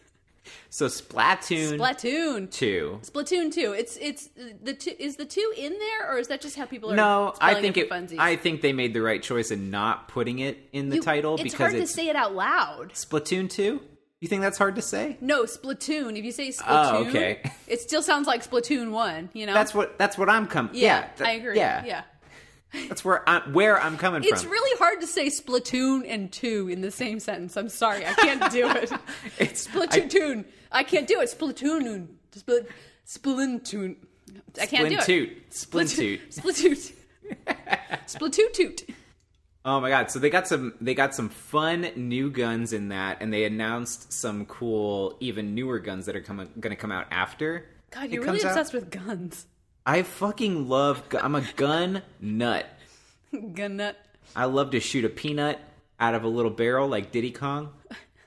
Speaker 2: So Splatoon
Speaker 1: Splatoon.
Speaker 2: two.
Speaker 1: Splatoon two. It's it's the two. Is the two in there, or is that just how people are?
Speaker 2: No, I
Speaker 1: spelling
Speaker 2: think it.
Speaker 1: for funsies?
Speaker 2: I think they made the right choice in not putting it in the
Speaker 1: You-
Speaker 2: title
Speaker 1: It's
Speaker 2: because
Speaker 1: hard
Speaker 2: it's
Speaker 1: to say it out loud.
Speaker 2: Splatoon two. You think that's hard to say?
Speaker 1: No, Splatoon. If you say Splatoon,
Speaker 2: Oh, okay.
Speaker 1: it still sounds like Splatoon one. You know,
Speaker 2: That's what. That's what I'm coming.
Speaker 1: yeah.
Speaker 2: Yeah, th-
Speaker 1: I agree. Yeah,
Speaker 2: Yeah, That's where I'm. Where I'm coming
Speaker 1: It's
Speaker 2: from.
Speaker 1: really hard to say Splatoon and two in the same sentence. I'm sorry, I can't
Speaker 2: (laughs)
Speaker 1: do it.
Speaker 2: It's I-
Speaker 1: Splatoon. I, can't do it. Splatoon. Split. Splintoon. I can't do it.
Speaker 2: Splintoot. Splintoot.
Speaker 1: Splatoot.
Speaker 2: (laughs)
Speaker 1: Splatoot toot.
Speaker 2: Oh my god! So they got some they got some fun new guns in that, and they announced some cool, even newer guns that are coming going to come out after.
Speaker 1: God,
Speaker 2: it
Speaker 1: you're really
Speaker 2: comes out.
Speaker 1: obsessed with guns. (laughs)
Speaker 2: I fucking love. gu- I'm a gun nut.
Speaker 1: Gun nut.
Speaker 2: I love to shoot a peanut out of a little barrel like Diddy Kong.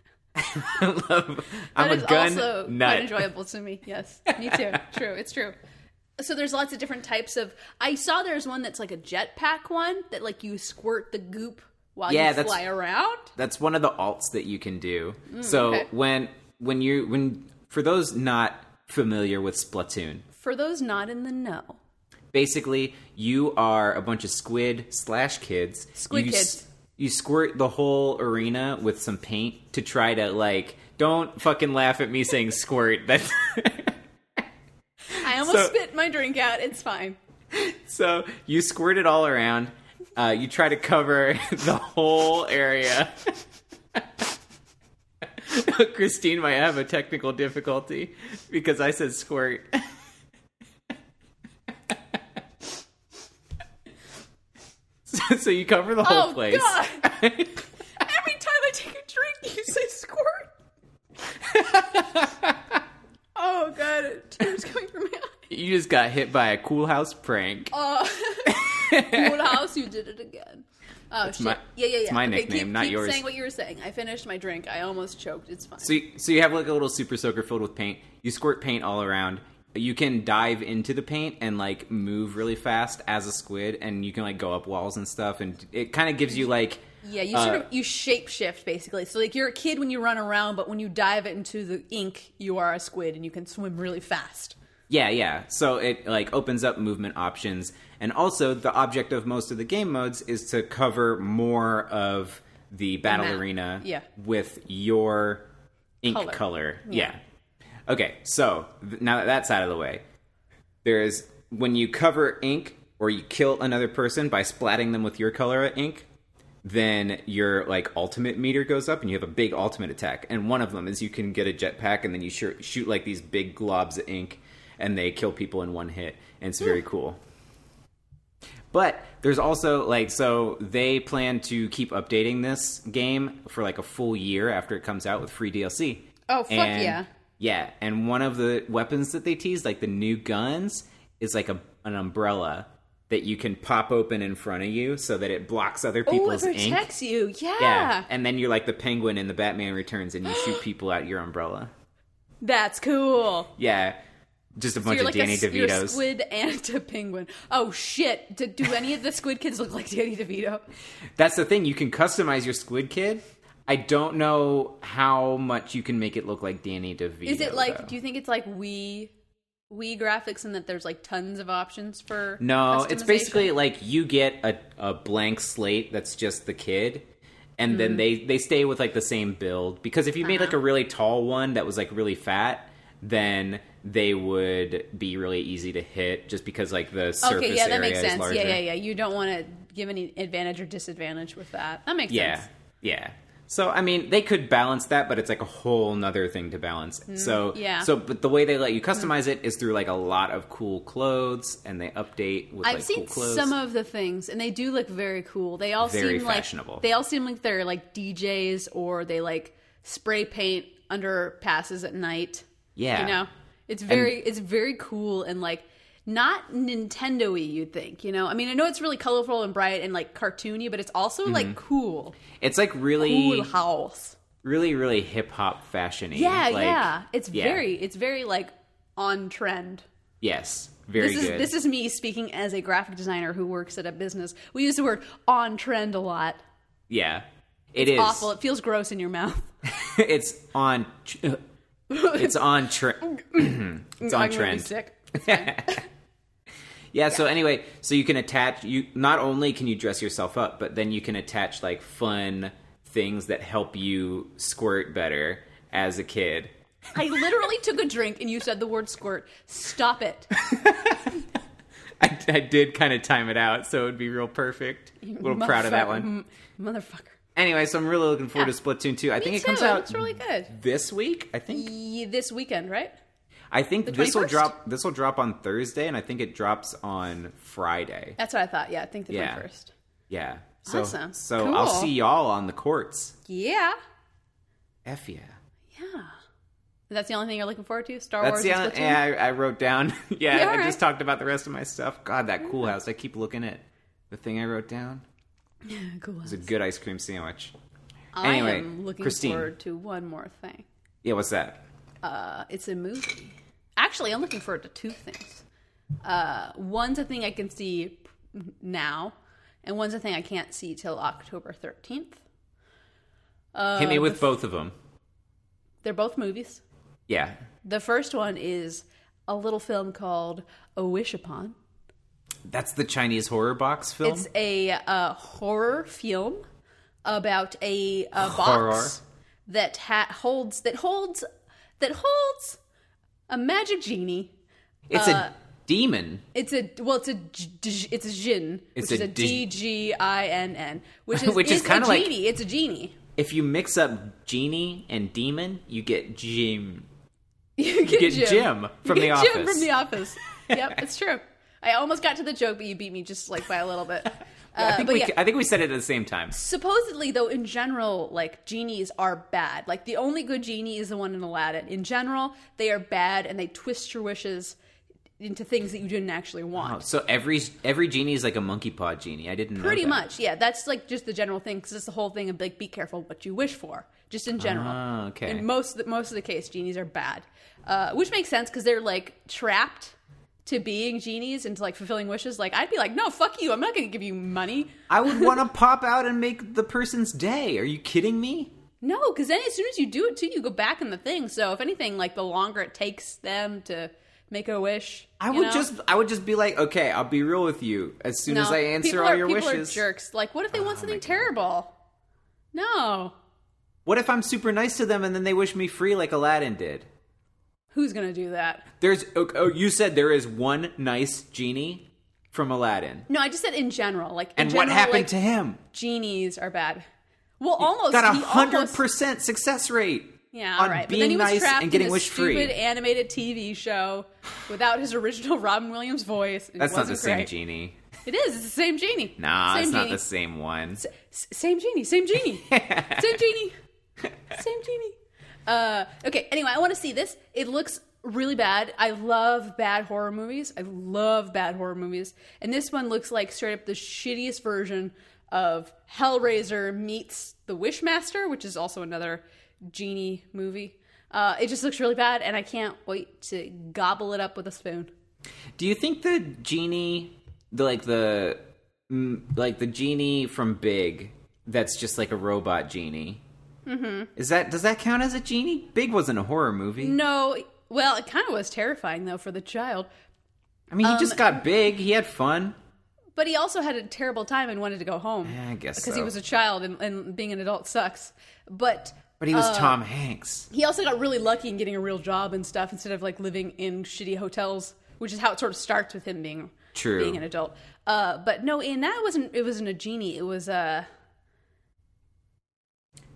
Speaker 2: (laughs) I love. I'm
Speaker 1: That
Speaker 2: a
Speaker 1: is
Speaker 2: gun
Speaker 1: also quite
Speaker 2: nut.
Speaker 1: enjoyable to me. Yes, me
Speaker 2: (laughs)
Speaker 1: too. true, it's true. So there's lots of different types of. I saw there's one that's like a jetpack one that like you squirt the goop while
Speaker 2: Yeah,
Speaker 1: you
Speaker 2: that's-
Speaker 1: fly around.
Speaker 2: That's one of the alts that you can do. so
Speaker 1: Mm, okay.
Speaker 2: when when you when for those not familiar with Splatoon,
Speaker 1: For those not in the know,
Speaker 2: basically you are a bunch of squid slash kids
Speaker 1: Squid
Speaker 2: you,
Speaker 1: kids.
Speaker 2: you squirt the whole arena with some paint to try to like don't fucking laugh at me saying squirt that's
Speaker 1: I almost
Speaker 2: So-
Speaker 1: spit my drink out. It's fine.
Speaker 2: so you squirt it all around uh, you try to cover (laughs) the whole area (laughs) christine might have a technical difficulty because i said squirt (laughs) so, so you cover the whole
Speaker 1: oh
Speaker 2: place
Speaker 1: God! Every time I take a drink, you say
Speaker 2: (laughs)
Speaker 1: squirt. oh God! Tears coming from my eyes.
Speaker 2: (laughs) You just got hit by a cool house prank.
Speaker 1: (laughs)
Speaker 2: (laughs)
Speaker 1: Old Uh, house, you did it again. Oh shit!
Speaker 2: my-
Speaker 1: yeah, yeah, yeah.
Speaker 2: it's my
Speaker 1: okay,
Speaker 2: nickname,
Speaker 1: keep,
Speaker 2: not
Speaker 1: keep
Speaker 2: yours.
Speaker 1: Saying what you were saying, I finished my drink. I almost choked. It's fine.
Speaker 2: So, you, so you have like a little super soaker filled with paint. You squirt paint all around. You can dive into the paint and like move really fast as a squid, and you can like go up walls and stuff. And it kind of gives you like
Speaker 1: yeah, you
Speaker 2: uh,
Speaker 1: sort of you shape shift basically. So like you're a kid when you run around, but when you dive into the ink, you are a squid and you can swim really fast.
Speaker 2: Yeah, yeah. So it like opens up movement options, and also the object of most of the game modes is to cover more of the battle
Speaker 1: map.
Speaker 2: arena
Speaker 1: Yeah.
Speaker 2: with your ink
Speaker 1: Color.
Speaker 2: color. Yeah. Okay, so th- now that that's out of the way, there's when you cover ink or you kill another person by splatting them with your color ink, then your like ultimate meter goes up and you have a big ultimate attack. And one of them is you can get a jetpack and then you shoot, shoot like these big globs of ink and they kill people in one hit. And it's very cool. But there's also like so they plan to keep updating this game for like a full year after it comes out with free DLC.
Speaker 1: Oh, fuck yeah.
Speaker 2: Yeah, and one of the weapons that they teased, like the new guns, is like a an umbrella that you can pop open in front of you so that it blocks other
Speaker 1: Oh, it
Speaker 2: people's ink.
Speaker 1: protects you. Yeah.
Speaker 2: Yeah, and then you're like the penguin in the Batman Returns, and you
Speaker 1: (gasps)
Speaker 2: shoot people out your umbrella.
Speaker 1: That's cool.
Speaker 2: Yeah, just a bunch
Speaker 1: You're like
Speaker 2: of Danny
Speaker 1: a, s- you're a
Speaker 2: DeVito's.
Speaker 1: squid and a penguin. Oh shit! Do, do any of the squid kids look like Danny DeVito?
Speaker 2: That's the thing. You can customize your Squid Kid. I don't know how much you can make it look like Danny DeVito.
Speaker 1: Is it like?
Speaker 2: though.
Speaker 1: Do you think it's like we we graphics and that there's like tons of options for?
Speaker 2: No, it's
Speaker 1: customization?
Speaker 2: basically like you get a, a blank slate that's just the kid, and
Speaker 1: Mm-hmm.
Speaker 2: then they, they stay with like the same build. Because if you made
Speaker 1: Uh-huh.
Speaker 2: like a really tall one that was like really fat, then they would be really easy to hit just because like the surface
Speaker 1: okay. Yeah, that
Speaker 2: area
Speaker 1: makes
Speaker 2: is
Speaker 1: sense.
Speaker 2: larger.
Speaker 1: Yeah, yeah, yeah. You don't want to give any advantage or disadvantage with that. That makes
Speaker 2: Yeah.
Speaker 1: sense.
Speaker 2: Yeah. So I mean, they could balance that, but it's like a whole nother thing to balance. so
Speaker 1: Mm, yeah. Mm-hmm.
Speaker 2: So, but the way they let you customize it is through like a lot of cool clothes, and they update with
Speaker 1: I've
Speaker 2: like
Speaker 1: seen
Speaker 2: cool clothes.
Speaker 1: some of the things, and they do look very cool. They all
Speaker 2: Very
Speaker 1: seem like
Speaker 2: fashionable.
Speaker 1: they all seem like they're like DJs or they like spray paint under passes at night.
Speaker 2: yeah.
Speaker 1: You know, it's very it's very cool and like not Nintendo-y. You'd think, you know. I mean, I know it's really colorful and bright and like cartoony, but it's also like cool,
Speaker 2: It's Mm-hmm. like really
Speaker 1: cool house.
Speaker 2: really really hip hop fashiony.
Speaker 1: Yeah,
Speaker 2: like,
Speaker 1: yeah. It's
Speaker 2: yeah.
Speaker 1: very it's very like on trend.
Speaker 2: yes, very
Speaker 1: This is
Speaker 2: good.
Speaker 1: this is me speaking as a graphic designer who works at a business. We use the word on trend a lot.
Speaker 2: yeah, it's
Speaker 1: Awful. It feels gross in your mouth.
Speaker 2: (laughs) it's on. tr- (laughs) (clears throat) it's on trend. it's (laughs) on
Speaker 1: I'm gonna be
Speaker 2: trend.
Speaker 1: sick.
Speaker 2: Yeah, So anyway, so you can attach. You not only can you dress yourself up, but then you can attach like fun things that help you squirt better as a kid. (laughs)
Speaker 1: I literally took a drink and you said the word squirt. Stop
Speaker 2: (laughs)
Speaker 1: it.
Speaker 2: I, I did kind of time it out, so it would be real perfect. A little proud of that
Speaker 1: Motherfucker. M-
Speaker 2: one.
Speaker 1: Motherfucker.
Speaker 2: Anyway, so I'm really looking forward
Speaker 1: Yeah.
Speaker 2: to Splatoon 2. I think it
Speaker 1: too.
Speaker 2: comes
Speaker 1: It
Speaker 2: out
Speaker 1: looks really good.
Speaker 2: this week. I think
Speaker 1: Ye- This weekend, right?
Speaker 2: I think this will
Speaker 1: 21st?
Speaker 2: drop. This will drop on Thursday, and I think it drops on Friday.
Speaker 1: That's what I thought. Yeah, I think the
Speaker 2: Yeah.
Speaker 1: 21st.
Speaker 2: Yeah. So,
Speaker 1: Awesome.
Speaker 2: So I'll
Speaker 1: Cool.
Speaker 2: see y'all on the courts.
Speaker 1: Yeah.
Speaker 2: F yeah.
Speaker 1: Yeah. That's the only thing you're looking forward to? Star
Speaker 2: That's
Speaker 1: Wars
Speaker 2: the
Speaker 1: and
Speaker 2: only,
Speaker 1: Splatoon?
Speaker 2: yeah, I, I wrote down. (laughs) yeah,
Speaker 1: Yeah, all
Speaker 2: I
Speaker 1: right.
Speaker 2: just talked about the rest of my stuff. God, that
Speaker 1: Mm.
Speaker 2: cool house. I keep looking at the thing I wrote down.
Speaker 1: (laughs) Cool.
Speaker 2: It's a good ice cream sandwich.
Speaker 1: I
Speaker 2: anyway,
Speaker 1: am looking
Speaker 2: Christine.
Speaker 1: forward to one more thing.
Speaker 2: Yeah, what's that?
Speaker 1: Uh, it's a movie. Actually, I'm looking forward to two things. Uh, one's a thing I can see now, and one's a thing I can't see till October 13th. Uh,
Speaker 2: Hit me with both of them.
Speaker 1: They're both movies.
Speaker 2: Yeah.
Speaker 1: The first one is a little film called A Wish Upon.
Speaker 2: That's the Chinese horror box film.
Speaker 1: It's a uh, horror film about a, a
Speaker 2: Horror.
Speaker 1: box that ha- holds that holds that holds a magic genie.
Speaker 2: It's
Speaker 1: uh,
Speaker 2: a demon.
Speaker 1: It's a well, it's a j- j- it's a jin,
Speaker 2: It's
Speaker 1: which is
Speaker 2: a
Speaker 1: a D
Speaker 2: di-
Speaker 1: G I N N, which is
Speaker 2: (laughs) Which is
Speaker 1: it's
Speaker 2: kinda
Speaker 1: a
Speaker 2: like-
Speaker 1: genie. It's a genie. (laughs)
Speaker 2: If you mix up genie and demon, you get Jim.
Speaker 1: You get,
Speaker 2: get Jim from
Speaker 1: You
Speaker 2: The
Speaker 1: get Jim
Speaker 2: Office.
Speaker 1: from the
Speaker 2: (laughs)
Speaker 1: office. yep, it's true. I almost got to the joke, but you beat me just like by a little
Speaker 2: (laughs)
Speaker 1: bit.
Speaker 2: I think
Speaker 1: Uh, but
Speaker 2: we
Speaker 1: yeah.
Speaker 2: I think we said it at the same time.
Speaker 1: supposedly though in general like genies are bad like the only good genie is the one in aladdin in general they are bad and they twist your wishes into things that you didn't actually want
Speaker 2: Oh, so every every genie is like a monkey paw genie. I didn't
Speaker 1: pretty
Speaker 2: know that.
Speaker 1: much yeah that's like just the general thing because it's the whole thing of like be careful what you wish for just in general
Speaker 2: Ah, okay.
Speaker 1: in most of the, most of the case genies are bad uh, which makes sense because they're like trapped to being genies and to like fulfilling wishes like i'd be like no fuck you i'm not gonna give you money
Speaker 2: I would
Speaker 1: (laughs)
Speaker 2: want to pop out and make the person's day. Are you kidding me?
Speaker 1: No, because then as soon as you do it too, you go back in the thing. So if anything, like the longer it takes them to make a wish,
Speaker 2: I
Speaker 1: you
Speaker 2: would
Speaker 1: know?
Speaker 2: just I would just be like, okay, I'll be real with you as soon
Speaker 1: No,
Speaker 2: as I answer
Speaker 1: people
Speaker 2: all
Speaker 1: are-
Speaker 2: your
Speaker 1: people
Speaker 2: wishes. Oh
Speaker 1: Are jerks. Like, what if they want something terrible? No,
Speaker 2: What if I'm super nice to them and then they wish me free like Aladdin did?
Speaker 1: who's gonna do that?
Speaker 2: There's oh, oh you said there is one nice genie from Aladdin.
Speaker 1: No, I just said in general. Like, in
Speaker 2: And what
Speaker 1: general,
Speaker 2: happened
Speaker 1: like,
Speaker 2: to him?
Speaker 1: Genies are bad. Well, almost
Speaker 2: Got a
Speaker 1: he
Speaker 2: hundred
Speaker 1: almost-
Speaker 2: percent success rate.
Speaker 1: Yeah,
Speaker 2: on
Speaker 1: all right.
Speaker 2: being
Speaker 1: but then he was
Speaker 2: nice
Speaker 1: trapped
Speaker 2: and getting
Speaker 1: in a
Speaker 2: wish
Speaker 1: stupid
Speaker 2: free.
Speaker 1: animated TV show without his original (laughs) Robin Williams voice. and it
Speaker 2: That's not the
Speaker 1: wasn't
Speaker 2: same
Speaker 1: great.
Speaker 2: genie.
Speaker 1: It is. It's the same genie.
Speaker 2: Nah,
Speaker 1: same
Speaker 2: it's not
Speaker 1: genie.
Speaker 2: the same one.
Speaker 1: S- same genie, same genie, same genie, same genie. Uh, okay. Anyway, I want to see this. It looks really bad. I love bad horror movies. I love bad horror movies, and this one looks like straight up the shittiest version of Hellraiser meets The Wishmaster, which is also another genie movie. Uh, it just looks really bad, and I can't wait to gobble it up with a spoon.
Speaker 2: Do you think the genie, the like the mm, like the genie from Big, that's just like a robot genie? Mm-hmm. Is that does that count as a genie? Big wasn't a horror movie.
Speaker 1: No, well, it kind of was terrifying though for the child.
Speaker 2: I mean, he
Speaker 1: Um,
Speaker 2: just got big. He had fun.
Speaker 1: But he also had a terrible time and wanted to go home.
Speaker 2: Yeah, I guess
Speaker 1: because he
Speaker 2: so.
Speaker 1: was a child and, and being an adult sucks. But
Speaker 2: But he was
Speaker 1: uh,
Speaker 2: Tom Hanks.
Speaker 1: he also got really lucky in getting a real job and stuff instead of like living in shitty hotels, which is how it sort of starts with him being
Speaker 2: True.
Speaker 1: being an adult. Uh, but no, and that wasn't it wasn't a genie. It was a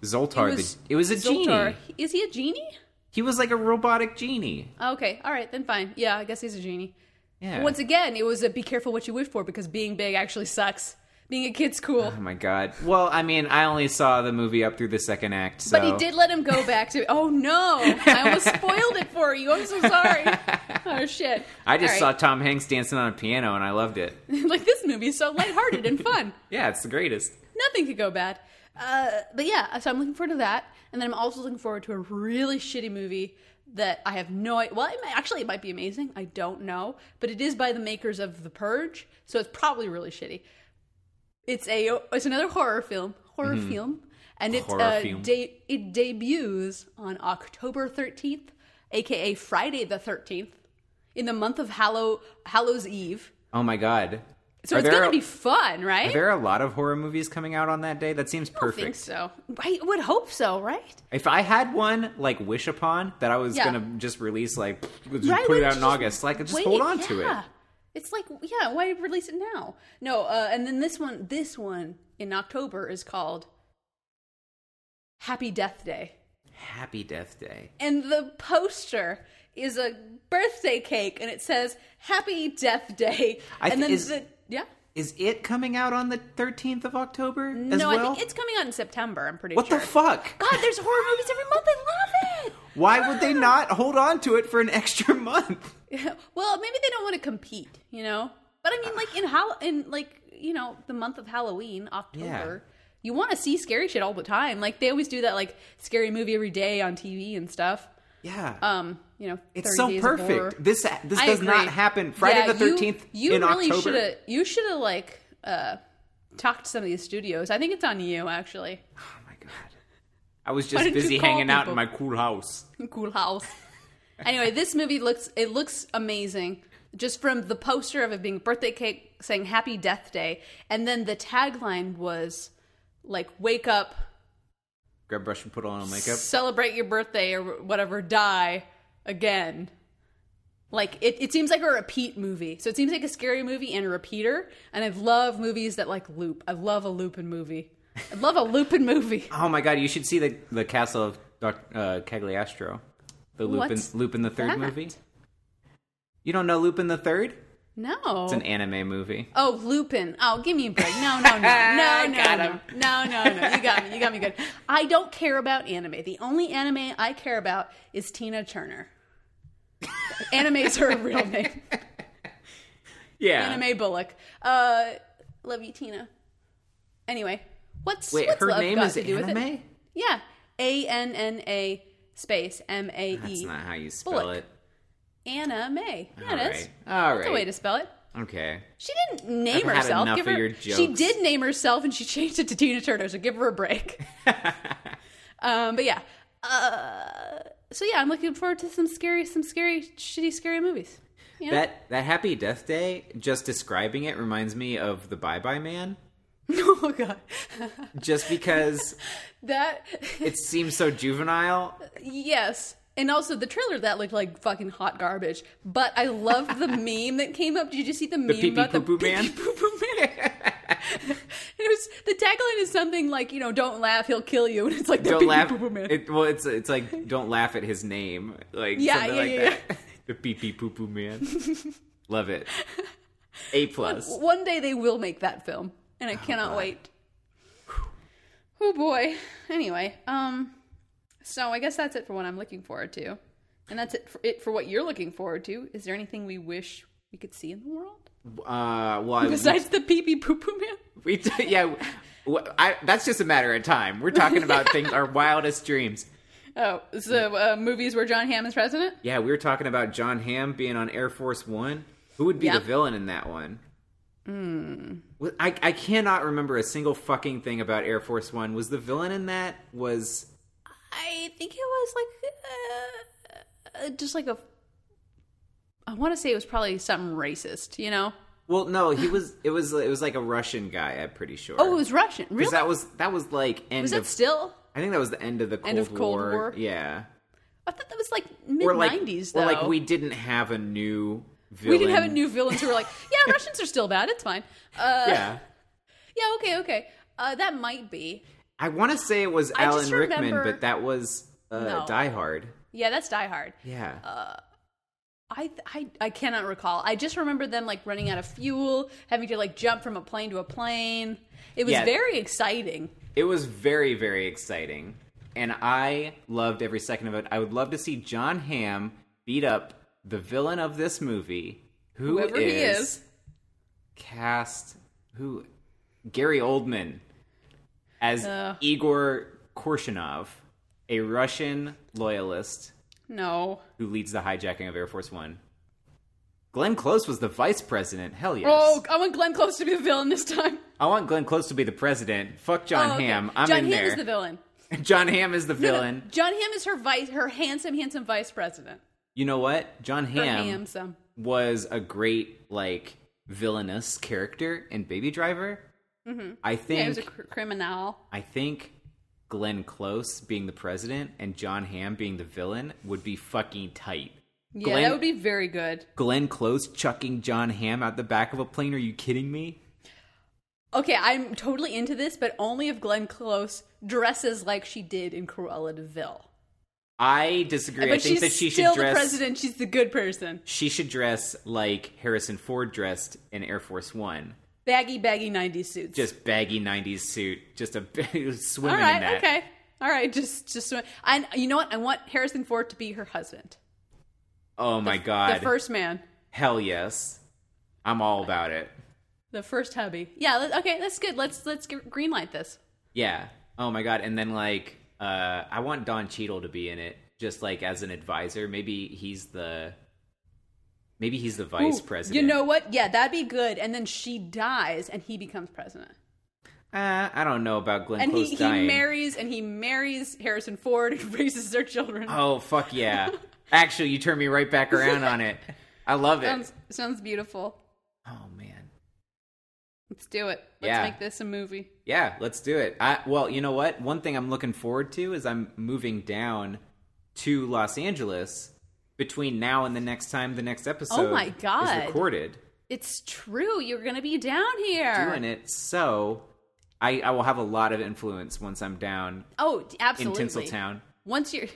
Speaker 2: Zoltar.
Speaker 1: it
Speaker 2: the-
Speaker 1: was
Speaker 2: it was a
Speaker 1: Zoltar.
Speaker 2: genie.
Speaker 1: Is he a genie?
Speaker 2: He was like a robotic genie.
Speaker 1: Okay, all right, then fine. Yeah, I guess he's a genie.
Speaker 2: Yeah.
Speaker 1: Once again, it was a be careful what you wish for because being big actually sucks. Being a kid's cool.
Speaker 2: oh my god. Well, I mean, I only saw the movie up through the second act. So.
Speaker 1: But he did let him go back to. Oh no! I almost spoiled it for you. I'm so
Speaker 2: (laughs)
Speaker 1: sorry. Oh shit!
Speaker 2: I just
Speaker 1: All
Speaker 2: saw Tom Hanks dancing on a piano, and I loved it.
Speaker 1: saw (laughs) like this movie is so lighthearted and fun.
Speaker 2: Yeah, it's the greatest.
Speaker 1: Nothing could go bad. Uh, but yeah, so I'm looking forward to that, and then I'm also looking forward to a really shitty movie that I have no. i- Well, it might, actually, it might be amazing. I don't know, but it is by the makers of The Purge, so it's probably really shitty. It's a it's another horror film, horror film, and it
Speaker 2: Mm-hmm. Horror
Speaker 1: uh,
Speaker 2: film.
Speaker 1: de- it debuts on October 13th, aka Friday the 13th, in the month of Hallow Hallows Eve.
Speaker 2: Oh my god.
Speaker 1: So
Speaker 2: Are
Speaker 1: it's
Speaker 2: there-
Speaker 1: gonna be fun, right?
Speaker 2: Are there a lot of horror movies coming out on that day? That seems
Speaker 1: I think
Speaker 2: perfect.
Speaker 1: so. I would hope so, right?
Speaker 2: If I had one like wish upon that I was
Speaker 1: Yeah.
Speaker 2: gonna just release, like (sniffs) just
Speaker 1: Right,
Speaker 2: put
Speaker 1: why don't you
Speaker 2: it out in
Speaker 1: just
Speaker 2: August, like just
Speaker 1: Wait,
Speaker 2: hold on to it.
Speaker 1: yeah. It's like, yeah, why release it now? No, uh, and then this one, this one in October is called Happy Death Day,
Speaker 2: Happy Death Day.
Speaker 1: and the poster is a birthday cake, and it says Happy Death Day,
Speaker 2: I
Speaker 1: and
Speaker 2: thi-
Speaker 1: then
Speaker 2: is-
Speaker 1: the yeah.
Speaker 2: Is it coming out on the 13th of October? as
Speaker 1: No,
Speaker 2: well?
Speaker 1: I think it's coming out in September. I'm pretty
Speaker 2: What
Speaker 1: sure.
Speaker 2: the fuck?
Speaker 1: God, there's horror movies every month. I love it.
Speaker 2: Why
Speaker 1: (laughs)
Speaker 2: would they
Speaker 1: Ah.
Speaker 2: not hold on to it for an extra (laughs) month?
Speaker 1: (laughs) well, maybe they don't want to compete, you know. But I mean, like in Hall, in like you know, the month of Halloween, October, you want to see scary shit all the time. Like they always do that, like scary movie every day on TV and stuff.
Speaker 2: Yeah.
Speaker 1: Um, you know,
Speaker 2: it's
Speaker 1: 30
Speaker 2: so
Speaker 1: days of horror.
Speaker 2: perfect. This uh, this
Speaker 1: I
Speaker 2: does not
Speaker 1: agree.
Speaker 2: happen Friday
Speaker 1: Yeah,
Speaker 2: the
Speaker 1: you-
Speaker 2: 13th
Speaker 1: You,
Speaker 2: in
Speaker 1: really
Speaker 2: October.
Speaker 1: should have. You should have like uh, talked to some of these studios. I think it's on you actually.
Speaker 2: Oh my god. I was
Speaker 1: Why
Speaker 2: just
Speaker 1: didn't you
Speaker 2: busy
Speaker 1: call
Speaker 2: hanging out
Speaker 1: people?
Speaker 2: in my cool house.
Speaker 1: cool house. anyway, this movie looks it looks amazing. Just from the poster of it being birthday cake saying happy death day and then the tagline was like wake up,
Speaker 2: Grab a brush and put on makeup.
Speaker 1: celebrate your birthday or whatever, die again. Like it, it seems like a repeat movie. So it seems like a scary movie and a repeater. And I love movies that like loop. I love a looping movie. I love a looping movie.
Speaker 2: Oh my god, you should see the the castle of Doc- uh, Cagliostro. The Lupin
Speaker 1: What's
Speaker 2: Lupin the (laughs) Third
Speaker 1: that?
Speaker 2: movie. You don't know Lupin the Third?
Speaker 1: No.
Speaker 2: It's an anime movie.
Speaker 1: Oh, Lupin. Oh, give me a break. No,
Speaker 2: (laughs)
Speaker 1: no, no. No, no,
Speaker 2: Got
Speaker 1: no.
Speaker 2: him.
Speaker 1: No, no, no. You got me. You got me good. I don't care about anime. The only anime I care about is Tina Turner. Anime's her real
Speaker 2: (laughs)
Speaker 1: name.
Speaker 2: Yeah.
Speaker 1: Anime Bullock. Uh, love you, Tina. Anyway, what's
Speaker 2: Wait,
Speaker 1: what's
Speaker 2: her
Speaker 1: love
Speaker 2: name
Speaker 1: got
Speaker 2: is
Speaker 1: to do with it? E.
Speaker 2: anime?
Speaker 1: Yeah, A N N A space M A
Speaker 2: That's
Speaker 1: E
Speaker 2: not how you spell
Speaker 1: Bullock.
Speaker 2: it.
Speaker 1: anime. Yeah,
Speaker 2: All
Speaker 1: it is.
Speaker 2: right. All
Speaker 1: That's a way
Speaker 2: right.
Speaker 1: to spell it.
Speaker 2: Okay.
Speaker 1: She didn't name
Speaker 2: I've had
Speaker 1: herself.
Speaker 2: enough
Speaker 1: give
Speaker 2: of
Speaker 1: her,
Speaker 2: your
Speaker 1: She
Speaker 2: jokes.
Speaker 1: did name herself, and she (laughs) changed it to Tina Turner. So give her a
Speaker 2: (laughs)
Speaker 1: break. um, but yeah, uh, so yeah, I'm looking forward to some scary, some scary, shitty, scary movies. (laughs) You know?
Speaker 2: That that Happy Death Day, just describing it reminds me of the Bye Bye Man.
Speaker 1: oh god, (laughs)
Speaker 2: Just because
Speaker 1: that
Speaker 2: it seems so juvenile.
Speaker 1: yes. And also the trailer that looked like fucking hot garbage. But I loved
Speaker 2: (laughs)
Speaker 1: the meme that came up. Did you see the meme
Speaker 2: pee-pee
Speaker 1: about
Speaker 2: poo-poo
Speaker 1: the
Speaker 2: man?
Speaker 1: pee-pee poo-poo man? (laughs) it was the tagline is something like you know, "Don't laugh, he'll kill you," and it's like the
Speaker 2: Don't
Speaker 1: pee-pee
Speaker 2: laugh.
Speaker 1: poo-poo man.
Speaker 2: It, well, it's it's like don't laugh at his name, like
Speaker 1: Yeah,
Speaker 2: something
Speaker 1: yeah,
Speaker 2: like
Speaker 1: yeah,
Speaker 2: that. (laughs) the pee pee poo poo man.
Speaker 1: (laughs)
Speaker 2: Love it. A plus.
Speaker 1: One day they will make that film, and I cannot
Speaker 2: God.
Speaker 1: wait. Oh boy. Anyway, um, so I guess that's it for what I'm looking forward to, and that's it for, it for what you're looking forward to. Is there anything we wish we could see in the world
Speaker 2: Uh, well, I-
Speaker 1: besides the pee pee poo poo man?
Speaker 2: (laughs) we t- yeah. w I that's just a matter of time. We're
Speaker 1: (laughs)
Speaker 2: talking about things, our wildest dreams.
Speaker 1: Oh, so uh, movies where John Hamm is president.
Speaker 2: Yeah, we were talking about John Hamm being on Air Force One. Who would be
Speaker 1: Yeah.
Speaker 2: the villain in that one? Hmm. I I cannot remember a single fucking thing about Air Force One. Was the villain in that was
Speaker 1: I think it was like uh, uh, just like a. I want to say it was probably something racist, you know?
Speaker 2: Well, no, he was. It was. It was like a Russian guy. I'm pretty sure.
Speaker 1: Oh, it was Russian. Really?
Speaker 2: because that was that was like end
Speaker 1: was
Speaker 2: of.
Speaker 1: that still?
Speaker 2: I think that was the end of the Cold,
Speaker 1: End of Cold War?
Speaker 2: Yeah,
Speaker 1: I thought that was like mid
Speaker 2: or like
Speaker 1: '90s though.
Speaker 2: or like we didn't have a new. Villain.
Speaker 1: We didn't have a new villain, so we're
Speaker 2: (laughs)
Speaker 1: like, yeah, Russians are still bad. It's fine. Uh,
Speaker 2: Yeah,
Speaker 1: yeah, okay, okay. Uh, that might be.
Speaker 2: I want to say it was
Speaker 1: I
Speaker 2: Alan
Speaker 1: just
Speaker 2: Rickman,
Speaker 1: remember-
Speaker 2: but that was uh,
Speaker 1: No. Uh,
Speaker 2: Die Hard.
Speaker 1: Yeah, that's Die Hard.
Speaker 2: Yeah,
Speaker 1: I, I I cannot recall. I just remember them like running out of fuel, having to like jump from a plane to a plane. It was
Speaker 2: Yeah.
Speaker 1: very exciting.
Speaker 2: it was very very exciting, and I loved every second of it. I would love to see John Hamm beat up the villain of this movie, who
Speaker 1: Whoever he is.
Speaker 2: cast who Gary Oldman as
Speaker 1: Ugh.
Speaker 2: Igor Korshinov, a Russian loyalist
Speaker 1: No.
Speaker 2: who leads the hijacking of Air Force One. Glenn Close was the vice president. Hell yes.
Speaker 1: Oh, I want Glenn Close to be the villain this time.
Speaker 2: I want Glenn Close to be the president. Fuck John
Speaker 1: Oh, okay.
Speaker 2: Hamm. I'm
Speaker 1: John Hamm
Speaker 2: in there.
Speaker 1: is the villain.
Speaker 2: (laughs) John Hamm is the villain.
Speaker 1: John Hamm is her vice, her handsome, handsome vice president.
Speaker 2: You know what? John
Speaker 1: Her
Speaker 2: Hamm
Speaker 1: handsome.
Speaker 2: was a great like villainous character in Baby Driver. I think
Speaker 1: Mm-hmm. Yeah, he was a cr- criminal.
Speaker 2: I think Glenn Close being the president and John Hamm being the villain would be fucking tight.
Speaker 1: Yeah,
Speaker 2: Glenn-
Speaker 1: that would be very good.
Speaker 2: Glenn Close chucking John Hamm out the back of a plane? Are you kidding me?
Speaker 1: Okay, I'm totally into this, but only if Glenn Close dresses like she did in Cruella de Vil.
Speaker 2: I disagree.
Speaker 1: But
Speaker 2: I think
Speaker 1: she's
Speaker 2: that she
Speaker 1: still
Speaker 2: should dress.
Speaker 1: the president. She's the good person.
Speaker 2: She should dress like Harrison Ford dressed in Air Force One,
Speaker 1: Baggy, baggy '90s suits.
Speaker 2: just baggy '90s suit, just a (laughs) swimming
Speaker 1: all
Speaker 2: in
Speaker 1: right,
Speaker 2: that.
Speaker 1: okay, all right. Just, just. I, you know what? I want Harrison Ford to be her husband,
Speaker 2: Oh my god!
Speaker 1: the first man,
Speaker 2: Hell yes, I'm all about it.
Speaker 1: the first hubby. Yeah. Let, okay, that's good. Let's let's g- greenlight this.
Speaker 2: Yeah. Oh my god. And then like, uh, I want Don Cheadle to be in it, just like as an advisor. Maybe he's the, maybe he's the vice
Speaker 1: Ooh,
Speaker 2: president.
Speaker 1: You know what? Yeah, that'd be good. And then she dies, and he becomes president.
Speaker 2: Uh, I don't know about Glenn
Speaker 1: And
Speaker 2: Close
Speaker 1: he, he
Speaker 2: dying.
Speaker 1: marries and he marries Harrison Ford (laughs) and raises their children.
Speaker 2: oh
Speaker 1: (laughs)
Speaker 2: fuck yeah! Actually, you turned me right back around on it. I love it.
Speaker 1: sounds sounds beautiful.
Speaker 2: oh man.
Speaker 1: Let's do it. Let's
Speaker 2: Yeah.
Speaker 1: make this a movie.
Speaker 2: Yeah, let's do it. I, well, you know what? One thing I'm looking forward to is I'm moving down to Los Angeles between now and the next time the next episode
Speaker 1: Oh my God.
Speaker 2: is recorded.
Speaker 1: It's true. You're gonna be down here.
Speaker 2: Doing it. So I, I will have a lot of influence once I'm down
Speaker 1: Oh, d- absolutely.
Speaker 2: in Mm-hmm. Tinseltown.
Speaker 1: Once you're.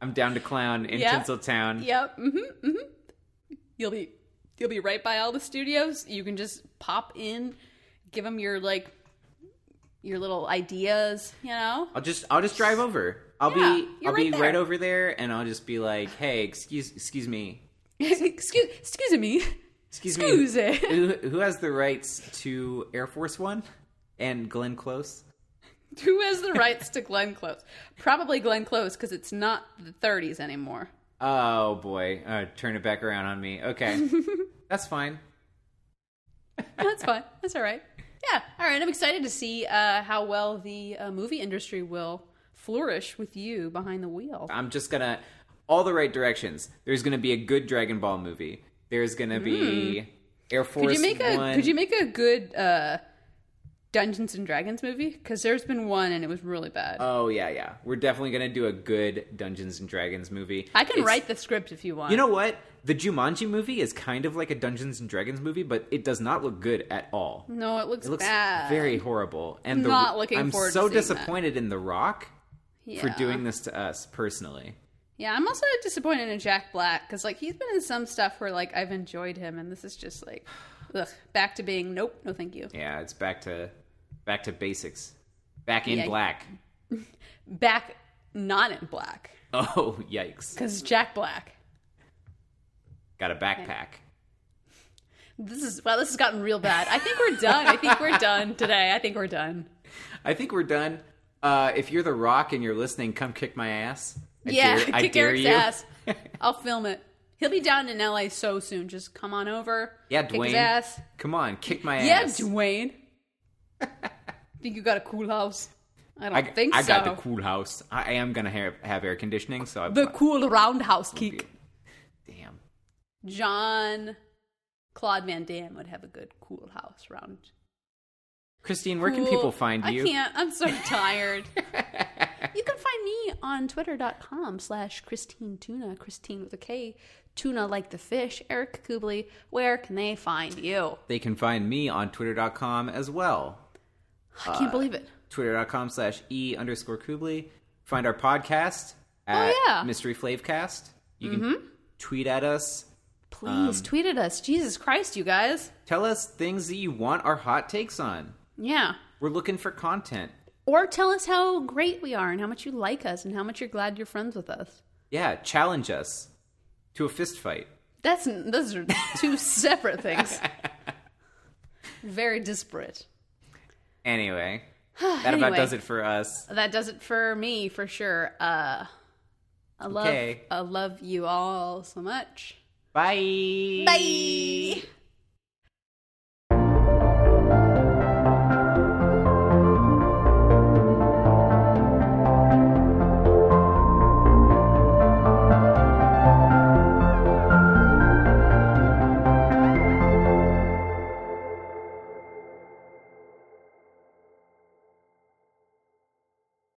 Speaker 2: I'm down to clown in
Speaker 1: Yeah.
Speaker 2: Tinseltown.
Speaker 1: Yep. Mm-hmm. Mm-hmm. You'll be you'll be right by all the studios. You can just pop in, give them your like your little ideas. You know. (laughs)
Speaker 2: I'll just I'll just drive over. I'll
Speaker 1: Yeah,
Speaker 2: be
Speaker 1: you're
Speaker 2: I'll be
Speaker 1: right there.
Speaker 2: right over there and I'll just be like, "Hey, excuse excuse me.
Speaker 1: excuse excuse me.
Speaker 2: Excuse,
Speaker 1: Excuse
Speaker 2: me.
Speaker 1: it.
Speaker 2: Who, who has the rights to Air Force 1 and Glenn Close?"
Speaker 1: (laughs) Who has the rights to Glenn Close? Probably Glenn Close because it's not the 30s anymore.
Speaker 2: Oh boy, uh, turn it back around on me.
Speaker 1: (laughs)
Speaker 2: Okay, that's fine.
Speaker 1: That's fine. That's all right. Yeah. All right. I'm excited to see uh, how well the uh, movie industry will flourish with you behind the wheel.
Speaker 2: I'm just gonna all the right directions. There's gonna be a good Dragon Ball movie. There's gonna be Air Force.
Speaker 1: Hmm. Could you make a
Speaker 2: One.
Speaker 1: Could you make a good uh, Dungeons and Dragons movie? Because there's been one and it was really bad.
Speaker 2: Oh yeah, yeah. We're definitely gonna do a good Dungeons and Dragons movie.
Speaker 1: I can
Speaker 2: It's-
Speaker 1: write the script if you want.
Speaker 2: You know what? The Jumanji movie is kind of like a Dungeons and Dragons movie, but it does not look good at all.
Speaker 1: no, it looks,
Speaker 2: It looks
Speaker 1: bad.
Speaker 2: very horrible. And the,
Speaker 1: Not looking
Speaker 2: I'm
Speaker 1: forward to
Speaker 2: so
Speaker 1: seeing that.
Speaker 2: disappointed in The Rock for
Speaker 1: Yeah.
Speaker 2: doing this to us personally.
Speaker 1: Yeah, I'm also disappointed in Jack Black because like he's been in some stuff where like I've enjoyed him, and this is just like, ugh, back to being nope, no thank you,
Speaker 2: Yeah, it's back to back to basics. Back in
Speaker 1: Yeah.
Speaker 2: black.
Speaker 1: back not in black
Speaker 2: Oh, yikes.
Speaker 1: because Jack Black.
Speaker 2: Got a backpack.
Speaker 1: This is well, this has gotten real bad. I think we're done. I think we're done today. I think we're done.
Speaker 2: I think we're done. Uh, if you're the rock and you're listening, come kick my ass. I
Speaker 1: yeah, (laughs)
Speaker 2: dare- I
Speaker 1: kick
Speaker 2: dare
Speaker 1: Eric's
Speaker 2: you. (laughs)
Speaker 1: ass. I'll film it. He'll be down in LA so soon. Just come on over.
Speaker 2: Yeah,
Speaker 1: kick
Speaker 2: Dwayne.
Speaker 1: his ass.
Speaker 2: Come on, kick my
Speaker 1: Yeah,
Speaker 2: (laughs) ass.
Speaker 1: Dwayne. think you got a cool house? I don't think
Speaker 2: I
Speaker 1: so.
Speaker 2: got the cool house. I I am gonna have, have air conditioning, so I,
Speaker 1: the cool roundhouse kick.
Speaker 2: damn.
Speaker 1: John Claude Van Damme would have a good cool house round.
Speaker 2: Christine, where can
Speaker 1: cool-
Speaker 2: people find you?
Speaker 1: I can't. I'm
Speaker 2: (laughs)
Speaker 1: so tired. you can find me on twitter.com slash Christine Tuna, Christine with a K, tuna like the fish, Eric Kubli. Where can they find you?
Speaker 2: They can find me on twitter.com as well.
Speaker 1: I can't believe it.
Speaker 2: Twitter.com slash E underscore Kubli. Find our podcast at
Speaker 1: Oh, yeah. Mm-hmm.
Speaker 2: Mystery Flavecast. You can tweet at us.
Speaker 1: Please
Speaker 2: Um,
Speaker 1: tweet at us. Jesus Christ, you guys.
Speaker 2: Tell us things that you want our hot takes on.
Speaker 1: Yeah.
Speaker 2: We're looking for content.
Speaker 1: Or tell us how great we are and how much you like us and how much you're glad you're friends with us.
Speaker 2: Yeah, challenge us to a fist fight.
Speaker 1: That's those are two separate things. Very disparate.
Speaker 2: Anyway, that about
Speaker 1: Anyway.
Speaker 2: does it for us.
Speaker 1: That does it for me for sure. Uh I love
Speaker 2: Okay.
Speaker 1: I love you all so much.
Speaker 2: Bye.
Speaker 1: Bye.